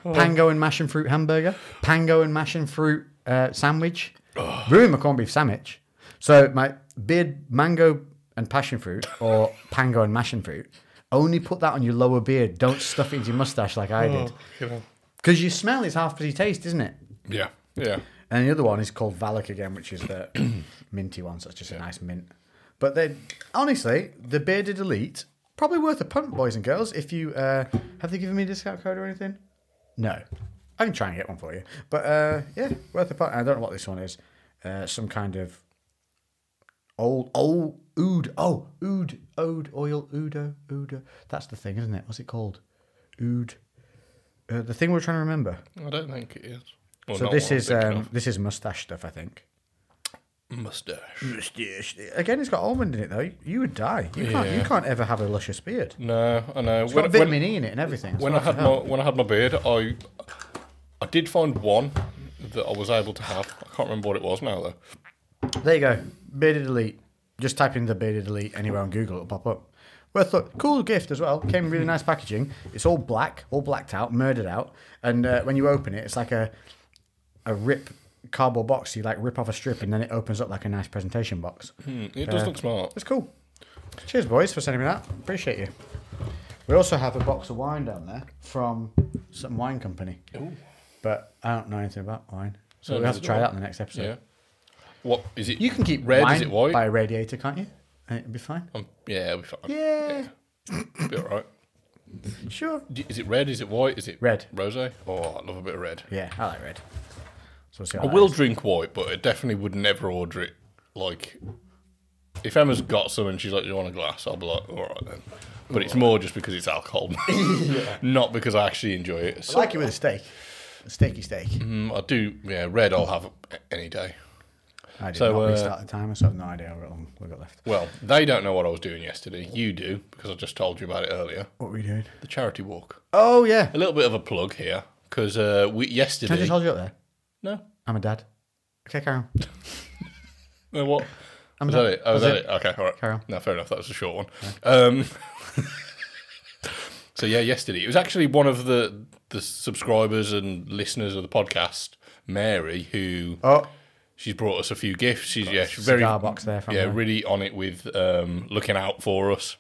B: Pango and mashing fruit hamburger. Pango and mashing fruit uh, sandwich. Ruin my corned beef sandwich. So my beard, mango and passion fruit, or pango and mashing fruit. Only put that on your lower beard. Don't stuff it into your mustache like I
C: Oh.
B: did. Because your smell is half the taste, isn't it?
C: Yeah, yeah.
B: And the other one is called Valak again, which is the minty one. So it's just a nice mint. But they, honestly, the bearded elite probably worth a punt, boys and girls. If you uh, have they given me a discount code or anything? No, I can try and get one for you. But uh, yeah, worth a punt. I don't know what this one is. Uh, some kind of old old oud oh oud oud oil udo udo. That's the thing, isn't it? What's it called? Oud. Uh, the thing we're trying to remember.
C: I don't think it is. Well,
B: So
C: not
B: this
C: what I'm
B: is
C: thinking
B: um, this is mustache stuff, I think.
C: of. mustache.
B: Mustache. Again, it's got almond in it though. You would die. You can't. You
C: Yeah.
B: can't ever have a luscious beard.
C: No, I know.
B: It's got
C: When, when,
B: vitamin E in it and everything.
C: when I had my when I had my beard, I I did find one that I was able to have. I can't remember what it was now though.
B: There you go. Bearded Elite. Just type in the Bearded Elite anywhere on Google, it'll pop up. Worth look. Cool gift as well. Came in really nice packaging. It's all black, all blacked out, murdered out. And uh, when you open it, it's like a a rip cardboard box. You like rip off a strip, and then it opens up like a nice presentation box.
C: Mm, It
B: Uh,
C: does look smart.
B: It's cool. Cheers, boys, for sending me that. Appreciate you. We also have a box of wine down there from some wine company, but I don't know anything about wine, so
C: No,
B: we have to
C: neither
B: try
C: do I.
B: that in the next episode.
C: Yeah. What is it?
B: You can keep
C: red.
B: wine
C: Is it white?
B: by a radiator, can't you? And it'll be fine.
C: Um, yeah, it'll be fine.
B: Yeah.
C: Be all right.
B: Sure.
C: D- Is it red? Is it white? Is it
B: Red.
C: Rosé? Oh, I love a bit of red.
B: Yeah, I like red. So we'll see how
C: I
B: that
C: will
B: is.
C: drink white, but I definitely would never order it. Like, if Emma's got some and she's like, "Do you want a glass?" I'll be like, "All right then." But it's more just because it's alcohol, not because I actually enjoy it.
B: I
C: So,
B: like it with a steak. A steaky steak.
C: mm, I do. Yeah, red. I'll have any day.
B: I did
C: So,
B: not
C: uh,
B: restart the timer, so I have no idea how long we've got left.
C: Well, they don't know what I was doing yesterday. You do because I just told you about it earlier.
B: What were we doing?
C: The charity walk.
B: Oh, yeah.
C: A little bit of a plug here because uh, we
B: Can I
C: yesterday.
B: just hold you up there?
C: no,
B: I'm a dad. Okay, carry on.
C: no what?
B: I'm
C: Was
B: done.
C: that it? Oh, was
B: That's
C: that it? Okay, all right.
B: Carry on.
C: No, fair enough. That was a short one. Um, so yeah, yesterday it was actually one of the the subscribers and listeners of the podcast, Mary, who
B: Oh,
C: she's brought us a few gifts. She's yeah, she's very
B: cigar box there from
C: yeah,
B: her.
C: really on it with um, looking out for us.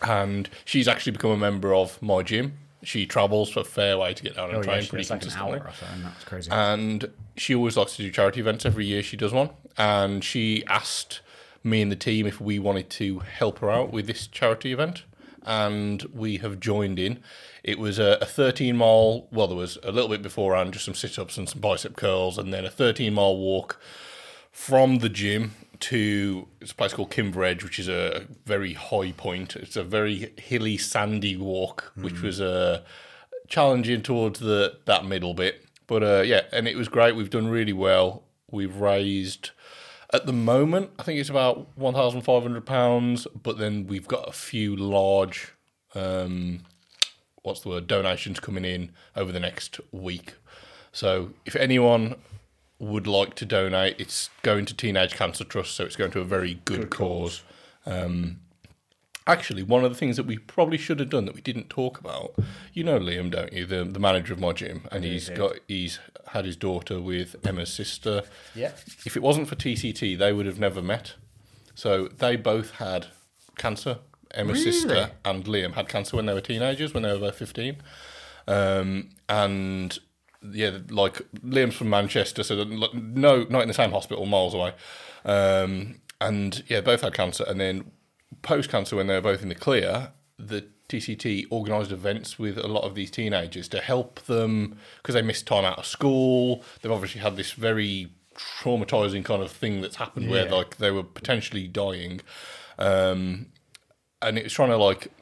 C: And she's actually become a member of my gym. She travels a fair way to get down and
B: oh yeah,
C: train
B: she
C: pretty
B: was like an
C: consistently
B: hour or something. That's crazy.
C: and she always likes to do charity events every year she does one and she asked me and the team if we wanted to help her out with this charity event and we have joined in it was a, a 13 mile well there was a little bit beforehand just some sit-ups and some bicep curls and then a 13 mile walk from the gym to it's a place called Kimveredge, which is a very high point. It's a very hilly, sandy walk, which was uh, challenging towards the that middle bit. But uh, yeah, and it was great. We've done really well. We've raised at the moment, I think it's about one thousand five hundred pounds. But then we've got a few large um, what's the word donations coming in over the next week. So if anyone would like to donate, it's going to Teenage Cancer Trust, so it's going to a very good, cause. Um, actually, one of the things that we probably should have done that we didn't talk about, you know Liam, don't you? The the manager of my gym, and he's got he's had his daughter with Emma's sister.
B: Yeah.
C: If it wasn't for TCT, they would have never met. So they both had cancer. Emma's
B: Really?
C: sister and Liam had cancer when they were teenagers, when they were about 15. Um, and yeah, like Liam's from Manchester, so like, no, not in the same hospital, miles away. Um, and yeah, both had cancer. And then post cancer, when they were both in the clear, the TCT organised events with a lot of these teenagers to help them because they missed time out of school. They've obviously had this very traumatizing kind of thing that's happened where
B: Yeah.
C: like they were potentially dying. Um, and it was trying to like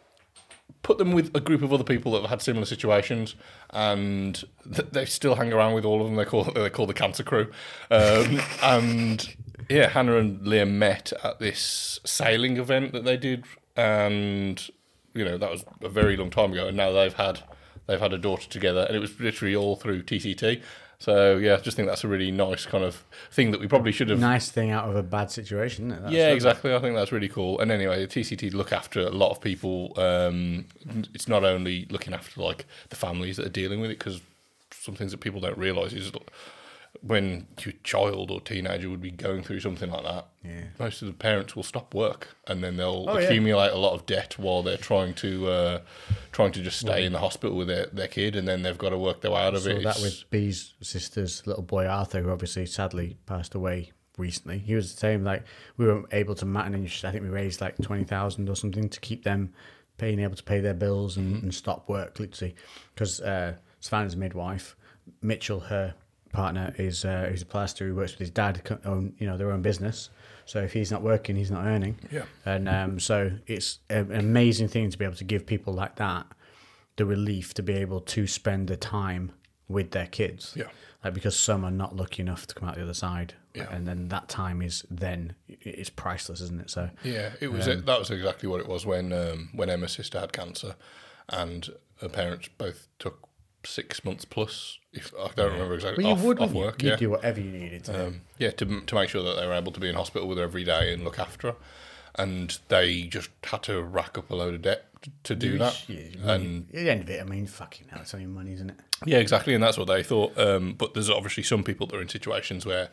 C: put them with a group of other people that have had similar situations, and th- they still hang around with all of them. They call they call the cancer crew, um, and yeah, Hannah and Liam met at this sailing event that they did, and you know that was a very long time ago, and now they've had they've had a daughter together, and it was literally all through TCT. So yeah, I just think that's a really nice kind of thing that we probably should have
B: nice thing out of a bad situation, isn't it? That's
C: yeah,
B: it.
C: exactly. I think that's really cool. And anyway, the TCT look after a lot of people. Um, it's not only looking after like the families that are dealing with it, because some things that people don't realise is when your child or teenager would be going through something like that.
B: Yeah.
C: Most of the parents will stop work and then they'll
B: Oh, yeah.
C: accumulate a lot of debt while they're trying to uh, trying to just stay in the hospital with their, their kid, and then they've got to work their way out of
B: So
C: it.
B: that
C: It's-
B: with B's sister's little boy Arthur, who obviously sadly passed away recently. He was the same. Like we were able to manage. I think we raised like twenty thousand or something to keep them being able to pay their bills
C: Mm-hmm.
B: and, and stop work literally because uh, Savannah's midwife, Mitchell, her partner is uh, he's a plaster who works with his dad, co- own you know their own business. So if he's not working, he's not earning.
C: Yeah.
B: And
C: Mm-hmm.
B: um, so it's a- an amazing thing to be able to give people like that the relief to be able to spend the time with their kids.
C: Yeah.
B: Like because some are not lucky enough to come out the other side.
C: Yeah.
B: And then that time is then it's priceless, isn't it? So
C: Yeah, it was that was um, exactly what it was when um, when Emma's sister had cancer, and her parents both took six months plus. If I don't remember exactly,
B: Well, you
C: off,
B: would
C: off
B: wouldn't you?
C: work,
B: You'd
C: yeah,
B: do whatever you needed to. do.
C: um, yeah, to to make sure that they were able to be in hospital with her every day and look after her. And they just had to rack up a load of debt t- to do that.
B: Yeah,
C: And
B: at the end of it, I mean, fucking hell, it's only money, isn't it?
C: Yeah, exactly, and that's what they thought. Um, but there's obviously some people that are in situations where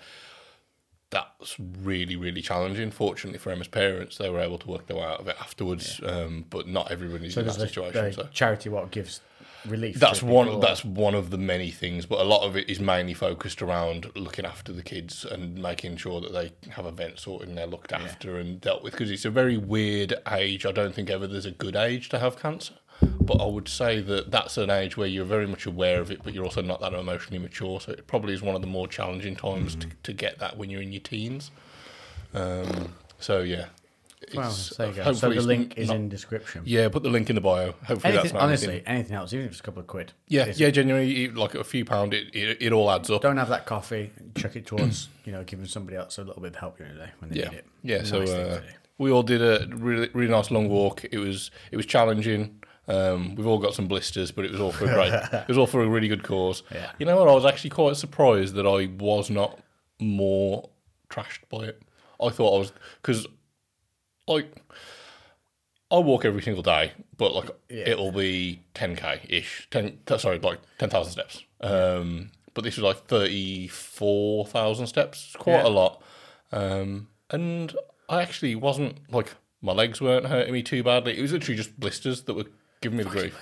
C: that's really, really challenging. Fortunately for Emma's parents, they were able to work their way out of it afterwards. Um, but not everybody's in that
B: Because the-
C: situation.
B: the
C: so
B: charity what gives relief.
C: that's
B: to
C: one.
B: people.
C: That's one of the many things. But a lot of it is mainly focused around looking after the kids and making sure that they have events sorted and they're looked after and dealt with. Because it's a very weird age. I don't think ever there's a good age to have cancer. But I would say that that's an age where you're very much aware of it, but you're also not that emotionally mature. So it probably is one of the more challenging times
B: Mm.
C: to, to get that when you're in your teens. Um, so yeah.
B: Well,
C: It's- uh,
B: there you go. So
C: hopefully
B: the
C: it's
B: link is
C: not-
B: in description.
C: Yeah, put the link in the bio. Hopefully that's
B: Anything,
C: not
B: honestly,
C: anything-
B: anything else, even if it's a couple of quid.
C: yeah,
B: It's-
C: yeah, genuinely, it- like a few pound, it, it, it all adds up.
B: Don't have that coffee. Chuck it towards, you know, giving somebody else a little bit of help during the day when they
C: yeah,
B: need it.
C: yeah. so
B: Nice thing
C: uh,
B: to do.
C: we all did a really, really nice long walk. It was it was challenging. Um, we've all got some blisters, but it was all for a great. it was all for a really good cause.
B: Yeah.
C: You know what? I was actually quite surprised that I was not more trashed by it. I thought I was because, like, I walk every single day, but like it'll be 10k ish, 10 t- sorry, like 10,000 steps. Um, but this was like 34,000 steps, It's quite
B: Yeah.
C: a lot. Um, and I actually wasn't like my legs weren't hurting me too badly. It was literally just blisters that were giving me the grief.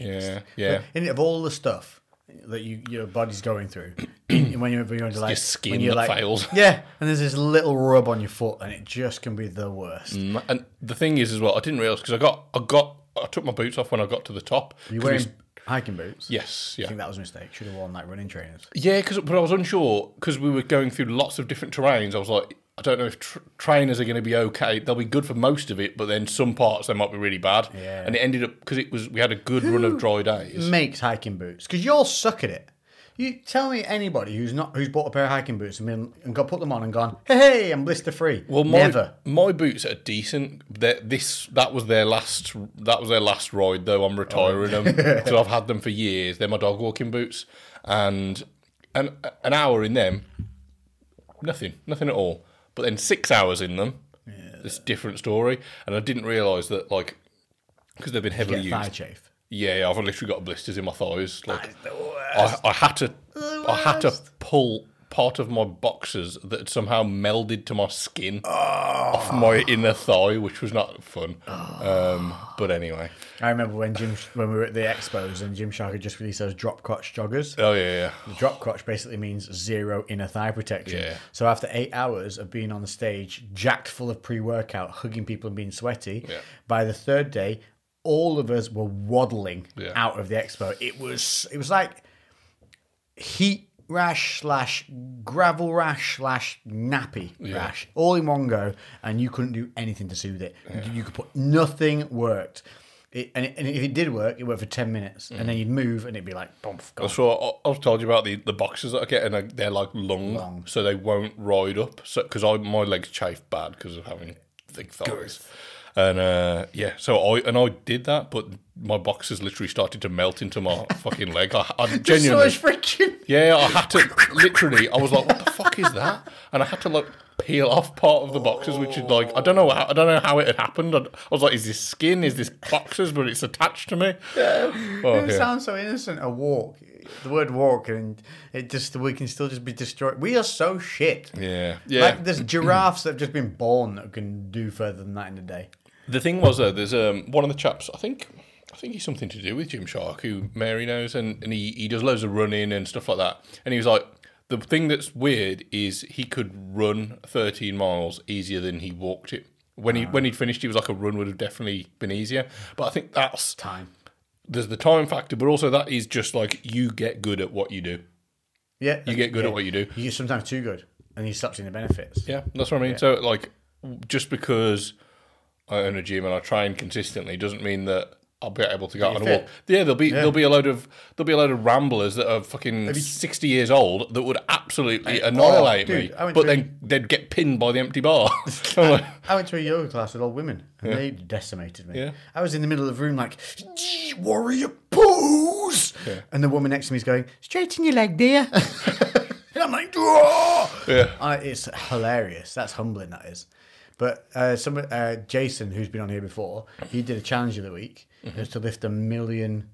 C: Yeah, yeah.
B: And of all the stuff that you your body's going through, when you're, when you're like
C: your skin
B: when you're
C: that fails.
B: Yeah, and there's this little rub on your foot, and it just can be the worst.
C: Mm, And the thing is, as well, I didn't realize because I got, I got, I took my boots off when I got to the top.
B: You're
C: 'cause we
B: wearing
C: s-
B: hiking boots.
C: yes, yeah.
B: I think that was a mistake. Should have worn like running trainers.
C: Yeah, because but I was unsure because we were going through lots of different terrains. I was like, I don't know if tr- trainers are going to be okay. They'll be good for most of it, but then some parts they might be really bad.
B: Yeah.
C: And it ended up because it was we had a good run of dry days.
B: Makes hiking boots because you all suck at it. You tell me anybody who's not who's bought a pair of hiking boots and, been, and got put them on and gone, hey, hey I'm blister free.
C: Well, my,
B: never.
C: my boots are decent. They're, this that was their last that was their last ride though. I'm retiring them
B: Oh.
C: because I've had them for years. They're my dog walking boots, and an an hour in them, nothing, nothing at all. But then six hours in them, it's a different story. And I didn't realise that like because they've been heavily
B: Get thigh
C: used.
B: chafe.
C: Yeah, yeah, I've literally got blisters in my thighs. Like I, I had to, I had to pull part of my boxers that had somehow melded to my skin off my inner thigh, which was not fun. Um, but anyway,
B: I remember when Jim when we were at the expos and Jim Shark had just released those drop crotch joggers.
C: oh yeah, yeah.
B: Drop crotch basically means zero inner thigh protection.
C: Yeah.
B: So after eight hours of being on the stage, jacked full of pre-workout, hugging people and being sweaty,
C: Yeah.
B: by the third day, all of us were waddling
C: Yeah.
B: out of the expo. It was it was like heat rash slash gravel rash slash nappy rash all in one go and you couldn't do anything to soothe it you could put nothing worked it, and, it, and if it did work it worked for 10 minutes
C: Mm.
B: and then you'd move and it'd be like boom gone.
C: So I, I've told you about the, the boxes that I get, and I- they're like long, so they won't ride up. So because I my legs chafe bad because of having thick thighs, and uh, yeah, so I and I did that, but my boxes literally started to melt into my fucking leg. I, I genuinely
B: so much friction
C: Yeah, I had to literally. I was like, "What the fuck is that?" And I had to like peel off part of the boxes, which is like I don't know. How, I don't know how it had happened. I, I was like, "Is this skin? Is this boxes?" But it's attached to me. Oh,
B: It
C: yeah.
B: sounds so innocent. A walk, the word walk, and it just we can still just be destroyed. We are so shit.
C: Yeah. Yeah.
B: Like there's giraffes that have just been born that can do further than that in a day.
C: The thing was though, there's um one of the chaps. I think I think he's something to do with Jim Shark, who Mary knows, and, and he he does loads of running and stuff like that. And he was like, the thing that's weird is he could run 13 miles easier than he walked it. When he when he'd finished, he was like a run would have definitely been easier. But I think that's
B: Time.
C: there's the time factor, but also that is just like you get good at what you do.
B: Yeah.
C: You get good at what you do.
B: You get sometimes too good, and you stop seeing the benefits.
C: Yeah, that's what I mean. So, like, just because I own a gym and I train consistently doesn't mean that I'll be able to go out on a
B: fit.
C: walk. Yeah, there'll be there'll be a load of there'll be a load of ramblers that are fucking sixty years old that would absolutely annihilate
B: dude,
C: me,
B: I went
C: but
B: to-
C: then they'd get pinned by the empty bar. I'm like,
B: I went to a yoga class with old women, and they decimated me.
C: Yeah.
B: I was in the middle of the room like warrior pose. nose. And the woman next to me is going, straighten your leg, dear. and I'm like, Whoa!
C: Yeah.
B: I, it's hilarious. That's humbling, that is. But uh, some, uh, Jason, who's been on here before, he did a challenge of the week.
C: Mm-hmm.
B: It was to lift a million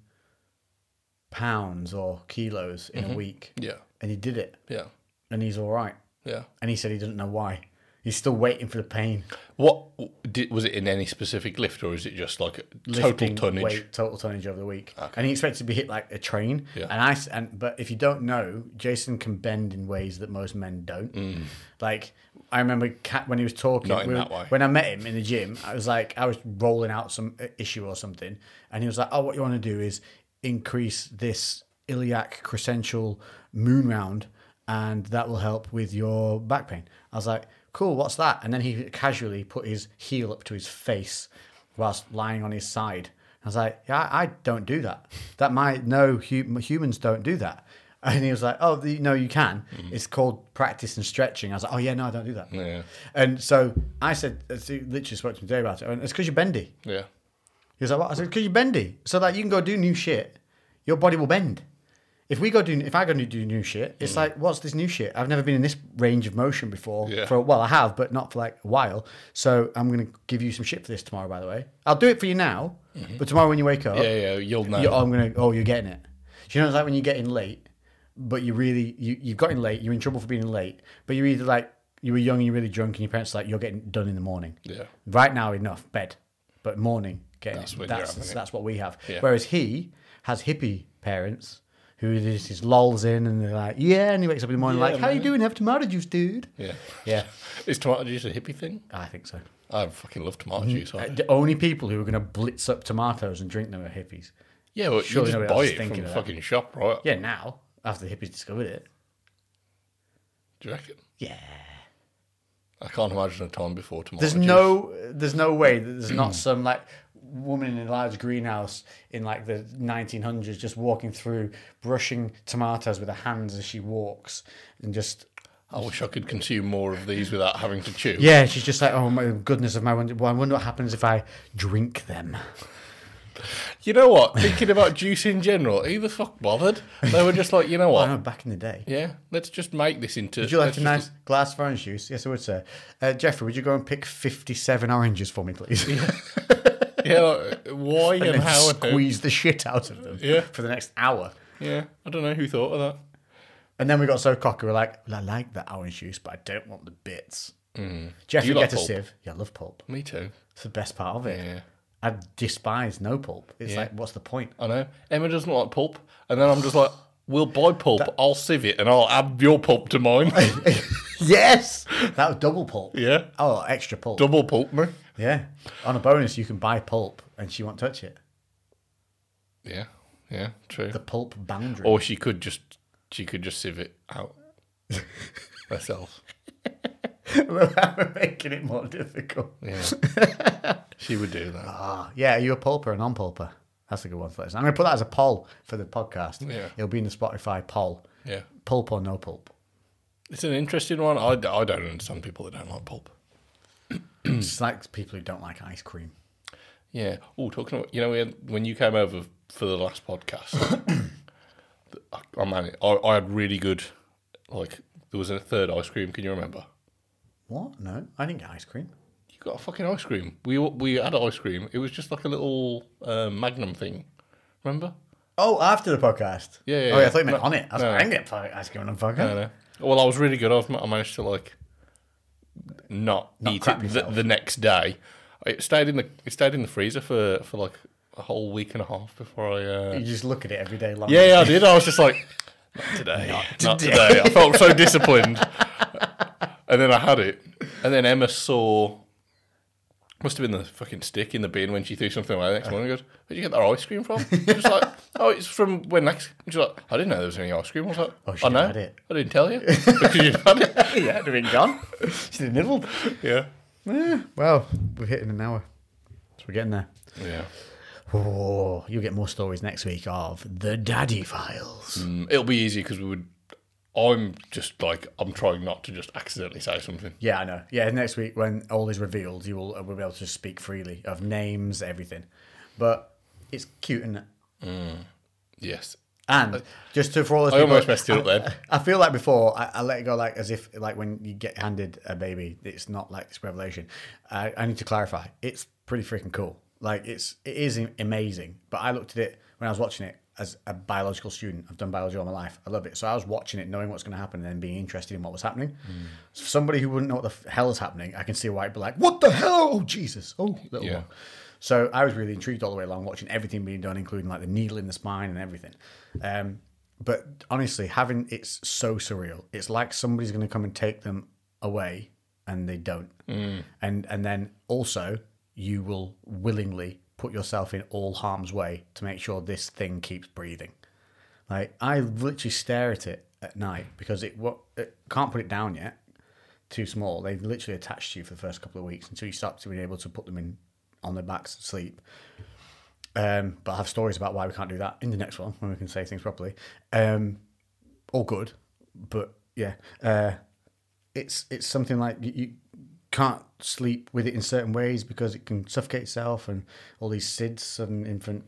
B: pounds or kilos in a week.
C: Mm-hmm. Yeah.
B: And he did it.
C: Yeah.
B: And he's all right.
C: Yeah.
B: And he said he doesn't know why. He's still waiting for the pain.
C: What did, was it in any specific lift, or is it just like total
B: lifting
C: tonnage?
B: weight, total tonnage over the week, and he expected to be hit like a train.
C: Yeah.
B: And I s- and but if you don't know, Jason can bend in ways that most men don't. Like I remember Cat when he was talking.
C: Mm. Not in
B: we were-
C: that way.
B: When I met him in the gym, I was like, I was rolling out some uh, issue or something, and he was like, "Oh, what you want to do is increase this iliac crescential moon round, and that will help with your back pain." I was like. Cool, what's that? And then he casually put his heel up to his face whilst lying on his side. I was like, yeah, I, I don't do that. That might no hum, humans don't do that. And he was like, oh, the, no, you can. It's called practice and stretching. I was like, oh yeah, no, I don't do that.
C: Yeah.
B: And so I said, I see- literally spoke to him today about it. And it's because you're bendy.
C: Yeah.
B: He was like, what? I said, because you're bendy. So that you can go do new shit, your body will bend. If we go do, if I go and do new shit,
C: Mm.
B: it's like, what's this new shit? I've never been in this range of motion before.
C: Yeah.
B: For well, I have, but not for like a while. So I'm gonna give you some shit for this tomorrow. By the way, I'll do it for you now, but tomorrow when you wake up,
C: Mm-hmm. Yeah. Yeah. You'll know.
B: you I'm gonna. Oh, you're getting it. Do you know it's like when you get in late, but you really you you've got in late. You're in trouble for being late, but you're either like you were young and you're really drunk, and your parents are like you're getting done in the morning.
C: Yeah.
B: Right now, enough bed, but morning getting
C: That's
B: it.
C: when you're
B: that's
C: having it.
B: that's what we have.
C: Yeah.
B: Whereas he has hippie parents who just his lols in and they're like yeah, and he wakes up in the morning
C: Yeah,
B: like how you
C: man.
B: doing? Have tomato juice, dude.
C: yeah.
B: Yeah,
C: Is tomato juice a hippie thing?
B: I think so. Uh,
C: I fucking love tomato
B: Mm-hmm.
C: juice. I,
B: The only people who are going to blitz up tomatoes and drink them are hippies.
C: yeah, well, you
B: surely
C: just
B: nobody
C: buy
B: else is
C: it
B: thinking
C: from the
B: of that.
C: fucking shop, right?
B: Yeah, now after the hippies discovered it,
C: Do you reckon?
B: yeah.
C: I can't imagine a time before tomorrow.
B: There's no, there's no way that there's not some like woman in a large greenhouse in like the 1900s just walking through, brushing tomatoes with her hands as she walks, and just
C: I wish I could consume more of these without having to chew.
B: yeah, she's just like, oh my goodness of my wonder, well, I wonder what happens if I drink them.
C: You know what? Thinking about juice in general, who the fuck bothered? They were just like, you know
B: I
C: what?
B: know back in the day.
C: Yeah, let's just make this into.
B: Would you like
C: let's
B: a
C: just-
B: nice glass of orange juice? Yes, I would, sir. Uh, Jeffrey, would you go and pick 57 oranges for me, please?
C: Yeah, like, why and,
B: and then
C: how and who?
B: squeeze the shit out of them
C: Yeah.
B: for the next hour.
C: Yeah, I don't know who thought of that.
B: And then we got so cocky, we are like, well, I like that orange juice, but I don't want the bits. Jeffrey
C: Mm. You like
B: get a
C: pulp?
B: sieve. Yeah, I love pulp.
C: Me too.
B: It's the best part of it.
C: Yeah.
B: I despise no pulp. It's
C: Yeah.
B: like, what's the point?
C: I know. Emma doesn't like pulp, and then I'm just like, we'll buy pulp. I'll sieve it, and I'll add your pulp to mine.
B: yes, that was double pulp.
C: Yeah.
B: Oh, extra pulp.
C: Double pulp me.
B: yeah. On a bonus, you can buy pulp, and she won't touch it.
C: Yeah, yeah, true.
B: The pulp boundary.
C: Or she could just she could just sieve it out herself.
B: We're making it more difficult. Ah,
C: Yeah, she would do that.
B: Yeah, are you a pulper or a non pulper? That's a good one for us. I'm going to put that as a poll for the podcast.
C: Yeah.
B: It'll be in the Spotify poll.
C: Yeah,
B: Pulp or no pulp?
C: it's an interesting one. I, I don't understand people that don't like pulp. Hmm.
B: It's like people who don't like ice cream.
C: Yeah. Oh, talking about you know when- when you came over for the last podcast, I, I man, I, I had really good like there was a third ice cream. Can you remember?
B: What? No, I didn't get ice cream.
C: You got a fucking ice cream. We we had ice cream. It was just like a little uh, Magnum thing. Remember?
B: Oh, after the podcast.
C: Yeah, yeah,
B: oh, yeah, I
C: yeah.
B: thought you meant
C: No,
B: on it. I, was
C: no.
B: like, I didn't get fu- ice cream on the
C: I
B: podcast.
C: know. Well, I was really good. I, was, I managed to like not, eat
B: crap
C: it the,
B: yourself.
C: the next day. It stayed in the it stayed in the freezer for for like a whole week and a half before I. Uh...
B: You just look at it every day long.
C: Yeah, yeah, I did. I was just like, not today, not today. I felt so disciplined. and then I had it, and then Emma saw. Must have been the fucking stick in the bin when she threw something away the next morning. and Goes, where'd you get that ice cream from? She's just like, oh, it's from when next. She's like, I didn't know there was any ice cream. I was like,
B: Oh, she
C: I know.
B: had it."
C: I didn't tell you because you had it.
B: yeah, they've been gone. She's nibbled.
C: Yeah.
B: Yeah. Well, we're hitting an hour. So we're getting there.
C: Yeah.
B: Oh, you'll get more stories next week of The Daddy Files.
C: Mm, it'll be easy because we would. I'm just like I'm trying not to just accidentally say something.
B: Yeah, I know. Yeah, next week when all is revealed, you will will be able to speak freely of names, everything. But it's cute, isn't it?
C: Yes.
B: And Uh, just to for all those
C: I
B: people,
C: almost messed it up
B: I-
C: then.
B: I feel like before I, I let it go like as if like when you get handed a baby, it's not like this revelation. I, I need to clarify. It's pretty freaking cool. Like it's it is am- amazing. But I looked at it when I was watching it as a biological student. I've done biology all my life. I love it. So I was watching it, knowing what's going to happen, and then being interested in what was happening.
C: Mm.
B: Somebody who wouldn't know what the f- hell is happening, I can see why it'd be like, "What the hell? Oh Jesus! Oh little
C: Yeah.
B: one." So I was really intrigued all the way along, watching everything being done, including like the needle in the spine and everything. Um, but honestly, having it's so surreal. It's like somebody's going to come and take them away, and they don't. And and then also you will willingly put yourself in all harm's way to make sure this thing keeps breathing. Like I literally stare at it at night because it what it, can't put it down yet. Too small. They literally attach to you for the first couple of weeks until you start to be able to put them in on their backs to sleep. Um, but I have stories about why we can't do that in the next one when we can say things properly. Um, all good, but yeah, uh, it's it's something like you, you can't sleep with it in certain ways because it can suffocate itself and all these SIDS and infant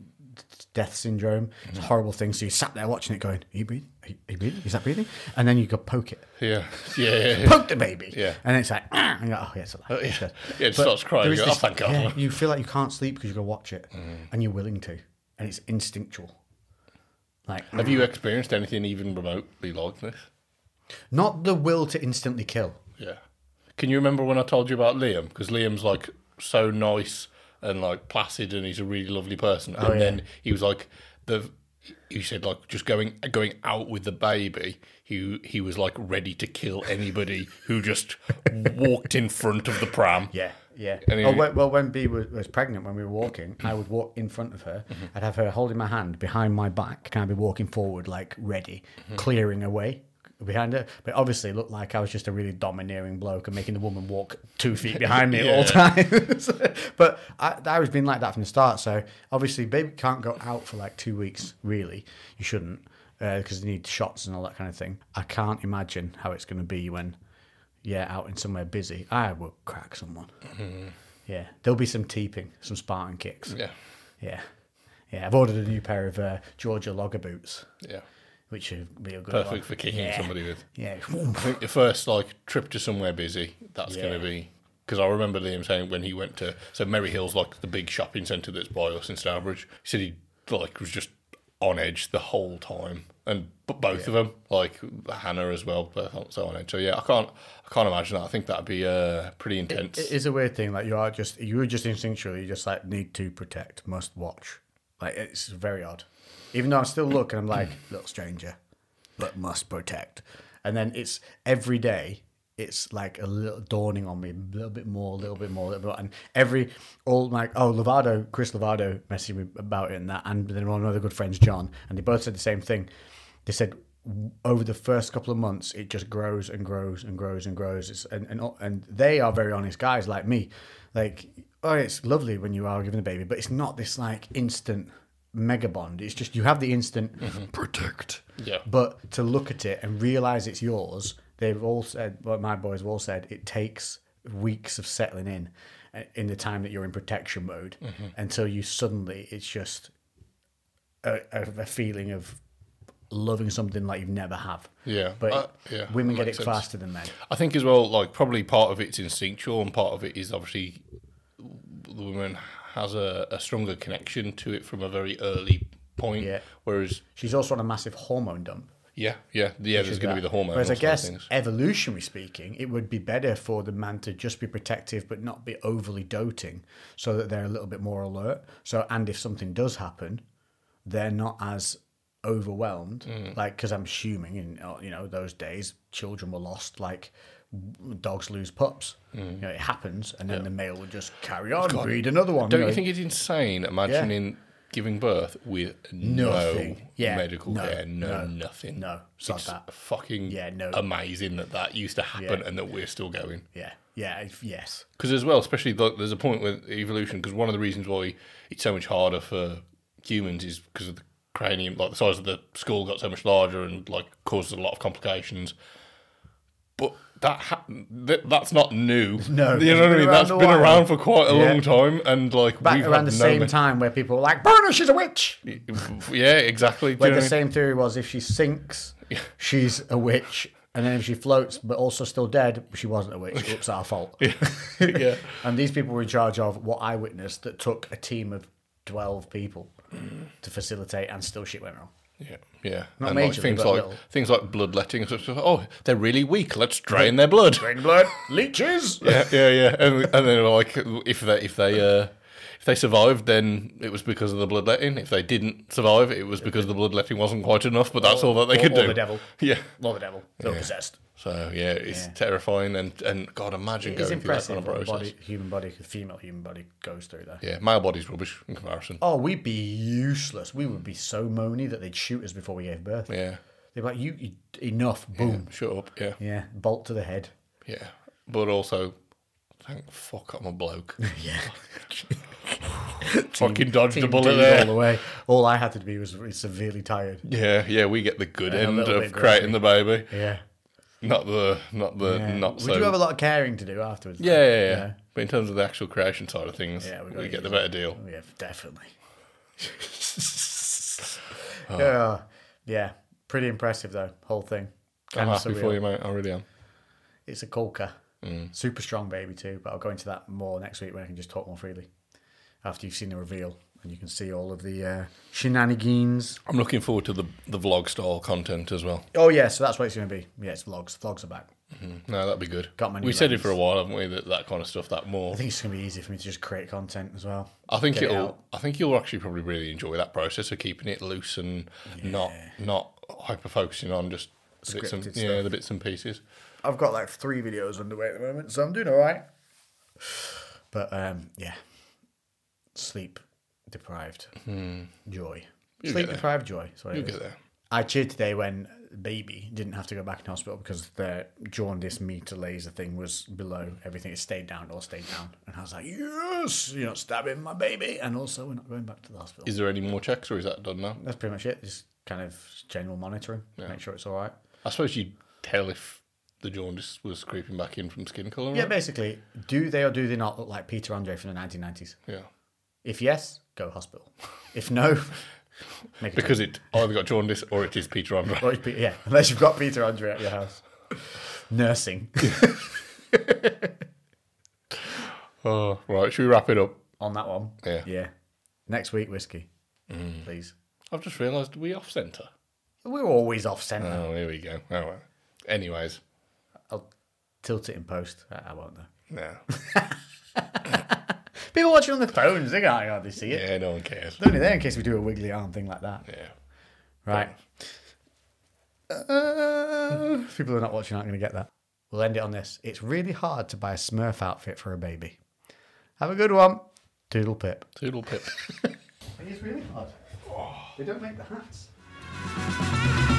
B: death syndrome. It's a horrible thing. So you sat there watching it, going, "Are you breathing? Are you, are you breathing? Is that breathing?" And then you go poke it,
C: Yeah. Yeah. yeah, yeah.
B: poke the baby,
C: Yeah.
B: and it's like, "Ah," and you go, "Oh yeah, it's alive."
C: yeah.
B: It's good."
C: Yeah, it
B: But
C: starts crying,
B: there is
C: you go, "Oh, thank God." Mm.
B: yeah, you feel like you can't sleep because you go watch it, and you're willing to, and it's instinctual. Like
C: Have you experienced anything even remotely like this?
B: not the will to instantly kill.
C: Yeah. Can you remember when I told you about Liam? Because Liam's like so nice and like placid, and he's a really lovely person. and then he was like the. He said like just going going out with the baby. He he was like ready to kill anybody who just walked in front of the pram.
B: Yeah, yeah.
C: And
B: oh,
C: he-
B: well, well, when B was, was pregnant, when we were walking, I would walk in front of her.
C: Mm-hmm.
B: I'd have her holding my hand behind my back, kind of be walking forward, like ready,
C: Mm-hmm.
B: clearing away behind her. But obviously, it looked like I was just a really domineering bloke and making the woman walk two feet behind me at all times. but I, I was being like that from the start. So obviously, baby can't go out for like two weeks, really. You shouldn't. Because they need shots and all that kind of thing. I can't imagine how it's going to be when yeah, out in somewhere busy, I will crack someone. Yeah, there'll be some teeping, some Spartan kicks.
C: Mm-hmm. Yeah.
B: yeah, Yeah, I've ordered a new pair of uh, Georgia logger boots,
C: Yeah.
B: which would be a good
C: Perfect
B: one.
C: for kicking
B: yeah.
C: somebody with.
B: Yeah,
C: I think your first like trip to somewhere busy, that's
B: Yeah.
C: going to be because I remember Liam saying when he went to so Merry Hill's like the big shopping centre that's by us in Starbridge. He said he like was just on edge the whole time, and but both of them like Hannah as well, but so on edge. So yeah, I can't I can't imagine that. I think that'd be uh, pretty intense.
B: it is a weird thing. Like you are just you are just instinctually just like need to protect, must watch. Like it's very odd. Even though I still look and I'm like little stranger, but must protect. And then it's every day. It's like a little dawning on me, a little bit more, a little bit more, a little bit more. And every, all like, oh, Lovato, Chris Lovato messaged me about it and that, and then one of the good friends, John, and they both said the same thing. They said, over the first couple of months, it just grows and grows and grows and grows. It's, and, and and they are very honest guys like me. Like, oh, it's lovely when you are giving a baby, but it's not this like instant mega bond. It's just you have the instant protect.
C: Yeah.
B: But to look at it and realize it's yours, they've all said. Well, my boys have all said it takes weeks of settling in, uh, in the time that you're in protection mode, until you suddenly it's just a, a, a feeling of loving something like you've never have.
C: Yeah.
B: But
C: Uh, yeah,
B: women get it
C: makes sense.
B: faster than men.
C: I think as well, like probably part of it's instinctual and part of it is obviously the woman has a, a stronger connection to it from a very early point.
B: Yeah.
C: Whereas
B: She's also on a massive hormone dump.
C: Yeah, yeah, yeah. There's going to be the hormone.
B: Whereas I guess, evolutionary speaking, it would be better for the man to just be protective but not be overly doting so that they're a little bit more alert. So, and if something does happen, they're not as overwhelmed.
C: Hmm.
B: Like, because I'm assuming in, uh, you know, those days, children were lost like w- dogs lose pups.
C: Hmm.
B: You know, it happens and then the male would just carry on, breed another one.
C: don't
B: know,
C: you think it's insane imagining giving birth with
B: Nothing.
C: no
B: Yeah,
C: medical
B: no,
C: care, no,
B: no,
C: nothing?
B: no, it's not that.
C: fucking
B: Yeah, no.
C: amazing that that used to happen
B: Yeah.
C: and that we're still going.
B: Yeah, yeah, if- yes.
C: Because as well, especially like, there's a point with evolution. Because one of the reasons why it's so much harder for humans is because of the cranium, like the size of the skull got so much larger and like causes a lot of complications. But that ha- th- that's not new.
B: No,
C: you know
B: it's been
C: what I
B: around
C: mean. That's
B: a
C: been
B: while.
C: around for quite a
B: Yeah.
C: long time, and like
B: Back
C: we've
B: around
C: had
B: the
C: no
B: same
C: men-
B: time where people were like, Burner, she's a witch!
C: Yeah, exactly. Do
B: Where
C: you know
B: the
C: what I mean?
B: same theory was if she sinks, she's a witch. And then if she floats, but also still dead, she wasn't a witch. It's our fault.
C: yeah.
B: And these people were in charge of what I witnessed that took a team of 12 people to facilitate, and still shit went wrong.
C: Yeah, yeah,
B: Not
C: and like
B: majorly,
C: things
B: but
C: like
B: little.
C: things like bloodletting. So, so, oh, they're really weak. Let's drain their blood.
B: Green blood, leeches!
C: yeah, yeah, yeah. And, and then like if they if they uh, if they survived, then it was because of the bloodletting. If they didn't survive, it was because the bloodletting wasn't quite enough. But that's all that they
B: or-
C: could
B: or
C: do.
B: the devil.
C: Yeah.
B: Lord the devil, so possessed.
C: So yeah, it's terrifying and and God, imagine
B: It's
C: going through
B: impressive
C: that kind of
B: what the
C: process.
B: body, human body, the female human body goes through there.
C: Yeah, male body's rubbish in comparison.
B: Oh, we'd be useless. We would be so moany that they'd shoot us before we gave birth.
C: Yeah,
B: They'd be like, you, you enough, boom.
C: shut up. Yeah,
B: Yeah. bolt to the head.
C: yeah. But also, thank fuck I'm a bloke.
B: Yeah.
C: Fucking dodged a
B: Team
C: bullet
B: D's
C: there.
B: all the way. All I had to be was really severely tired.
C: Yeah, yeah, we get the good
B: a
C: end
B: little
C: of
B: bit
C: creating the baby,
B: Yeah.
C: not the not the
B: yeah.
C: not
B: we
C: so.
B: do have a lot of caring to do afterwards.
C: yeah, yeah, yeah,
B: Yeah.
C: But in terms of the actual creation side of things,
B: Yeah, we
C: we,
B: gotta
C: get the
B: use
C: better deal.
B: Yeah, definitely.
C: Ah.
B: Yeah. Yeah. Pretty impressive though, whole thing.
C: I'm
B: Kinda
C: happy for you, Mm. mate. I really am.
B: It's a Colca. Super strong baby too, but I'll go into that more next week when I can just talk more freely. After you've seen the reveal and you can see all of the uh, shenanigans.
C: I'm looking forward to the the vlog style content as well.
B: Oh yeah, so that's what it's going to be. Yeah, it's vlogs. Vlogs are back.
C: No, that'd be good.
B: Got my new
C: we said it
B: lens.
C: for a while, haven't we? That that kind of stuff. That more.
B: I think it's going to be easy for me to just create content as well.
C: I think
B: Get it
C: it'll.
B: out.
C: I think you'll actually probably really enjoy that process of keeping it loose and not not hyper focusing on just the bits and,
B: Scripted
C: yeah the bits and pieces.
B: I've got like three videos underway at the moment, so I'm doing all right. But um, yeah, sleep deprived
C: Hmm.
B: joy. sleep deprived joy. Sorry,
C: You'll get there.
B: I cheered today when baby didn't have to go back in hospital because the jaundice meter laser thing was below everything. It stayed down or stayed down, and I was like, "Yes, you're not stabbing my baby." And also, we're not going back to the hospital.
C: Is there any more checks or is that done now?
B: That's pretty much it. Just kind of general monitoring, make sure it's all right.
C: I suppose you'd tell if the jaundice was creeping back in from skin colour.
B: Yeah,
C: right?
B: basically, do they or do they not look like Peter Andre from the 1990s?
C: yeah.
B: If yes, go hospital. If no, make a
C: Because it either got jaundice or it is Peter Andre.
B: Well, it's Pe- yeah, unless you've got Peter Andre at your house. Nursing.
C: Oh, right, should we wrap it up?
B: On that one.
C: Yeah. Mm.
B: Yeah. Next week, whiskey. Please.
C: I've just realised we off centre.
B: We're always off centre.
C: Oh, here we go. Oh well. Anyways,
B: I'll tilt it in post. I I won't, though.
C: no.
B: People watching on the phones, they can't hardly see it.
C: Yeah, no one cares.
B: They're only there in case we do a wiggly arm thing like that.
C: Yeah.
B: Right. Uh, if people are not watching aren't going to get that. We'll end it on this. It's really hard to buy a Smurf outfit for a baby. Have a good one. Doodle pip.
C: Toodle pip.
B: It's really hard. They don't make the hats.
A: Thank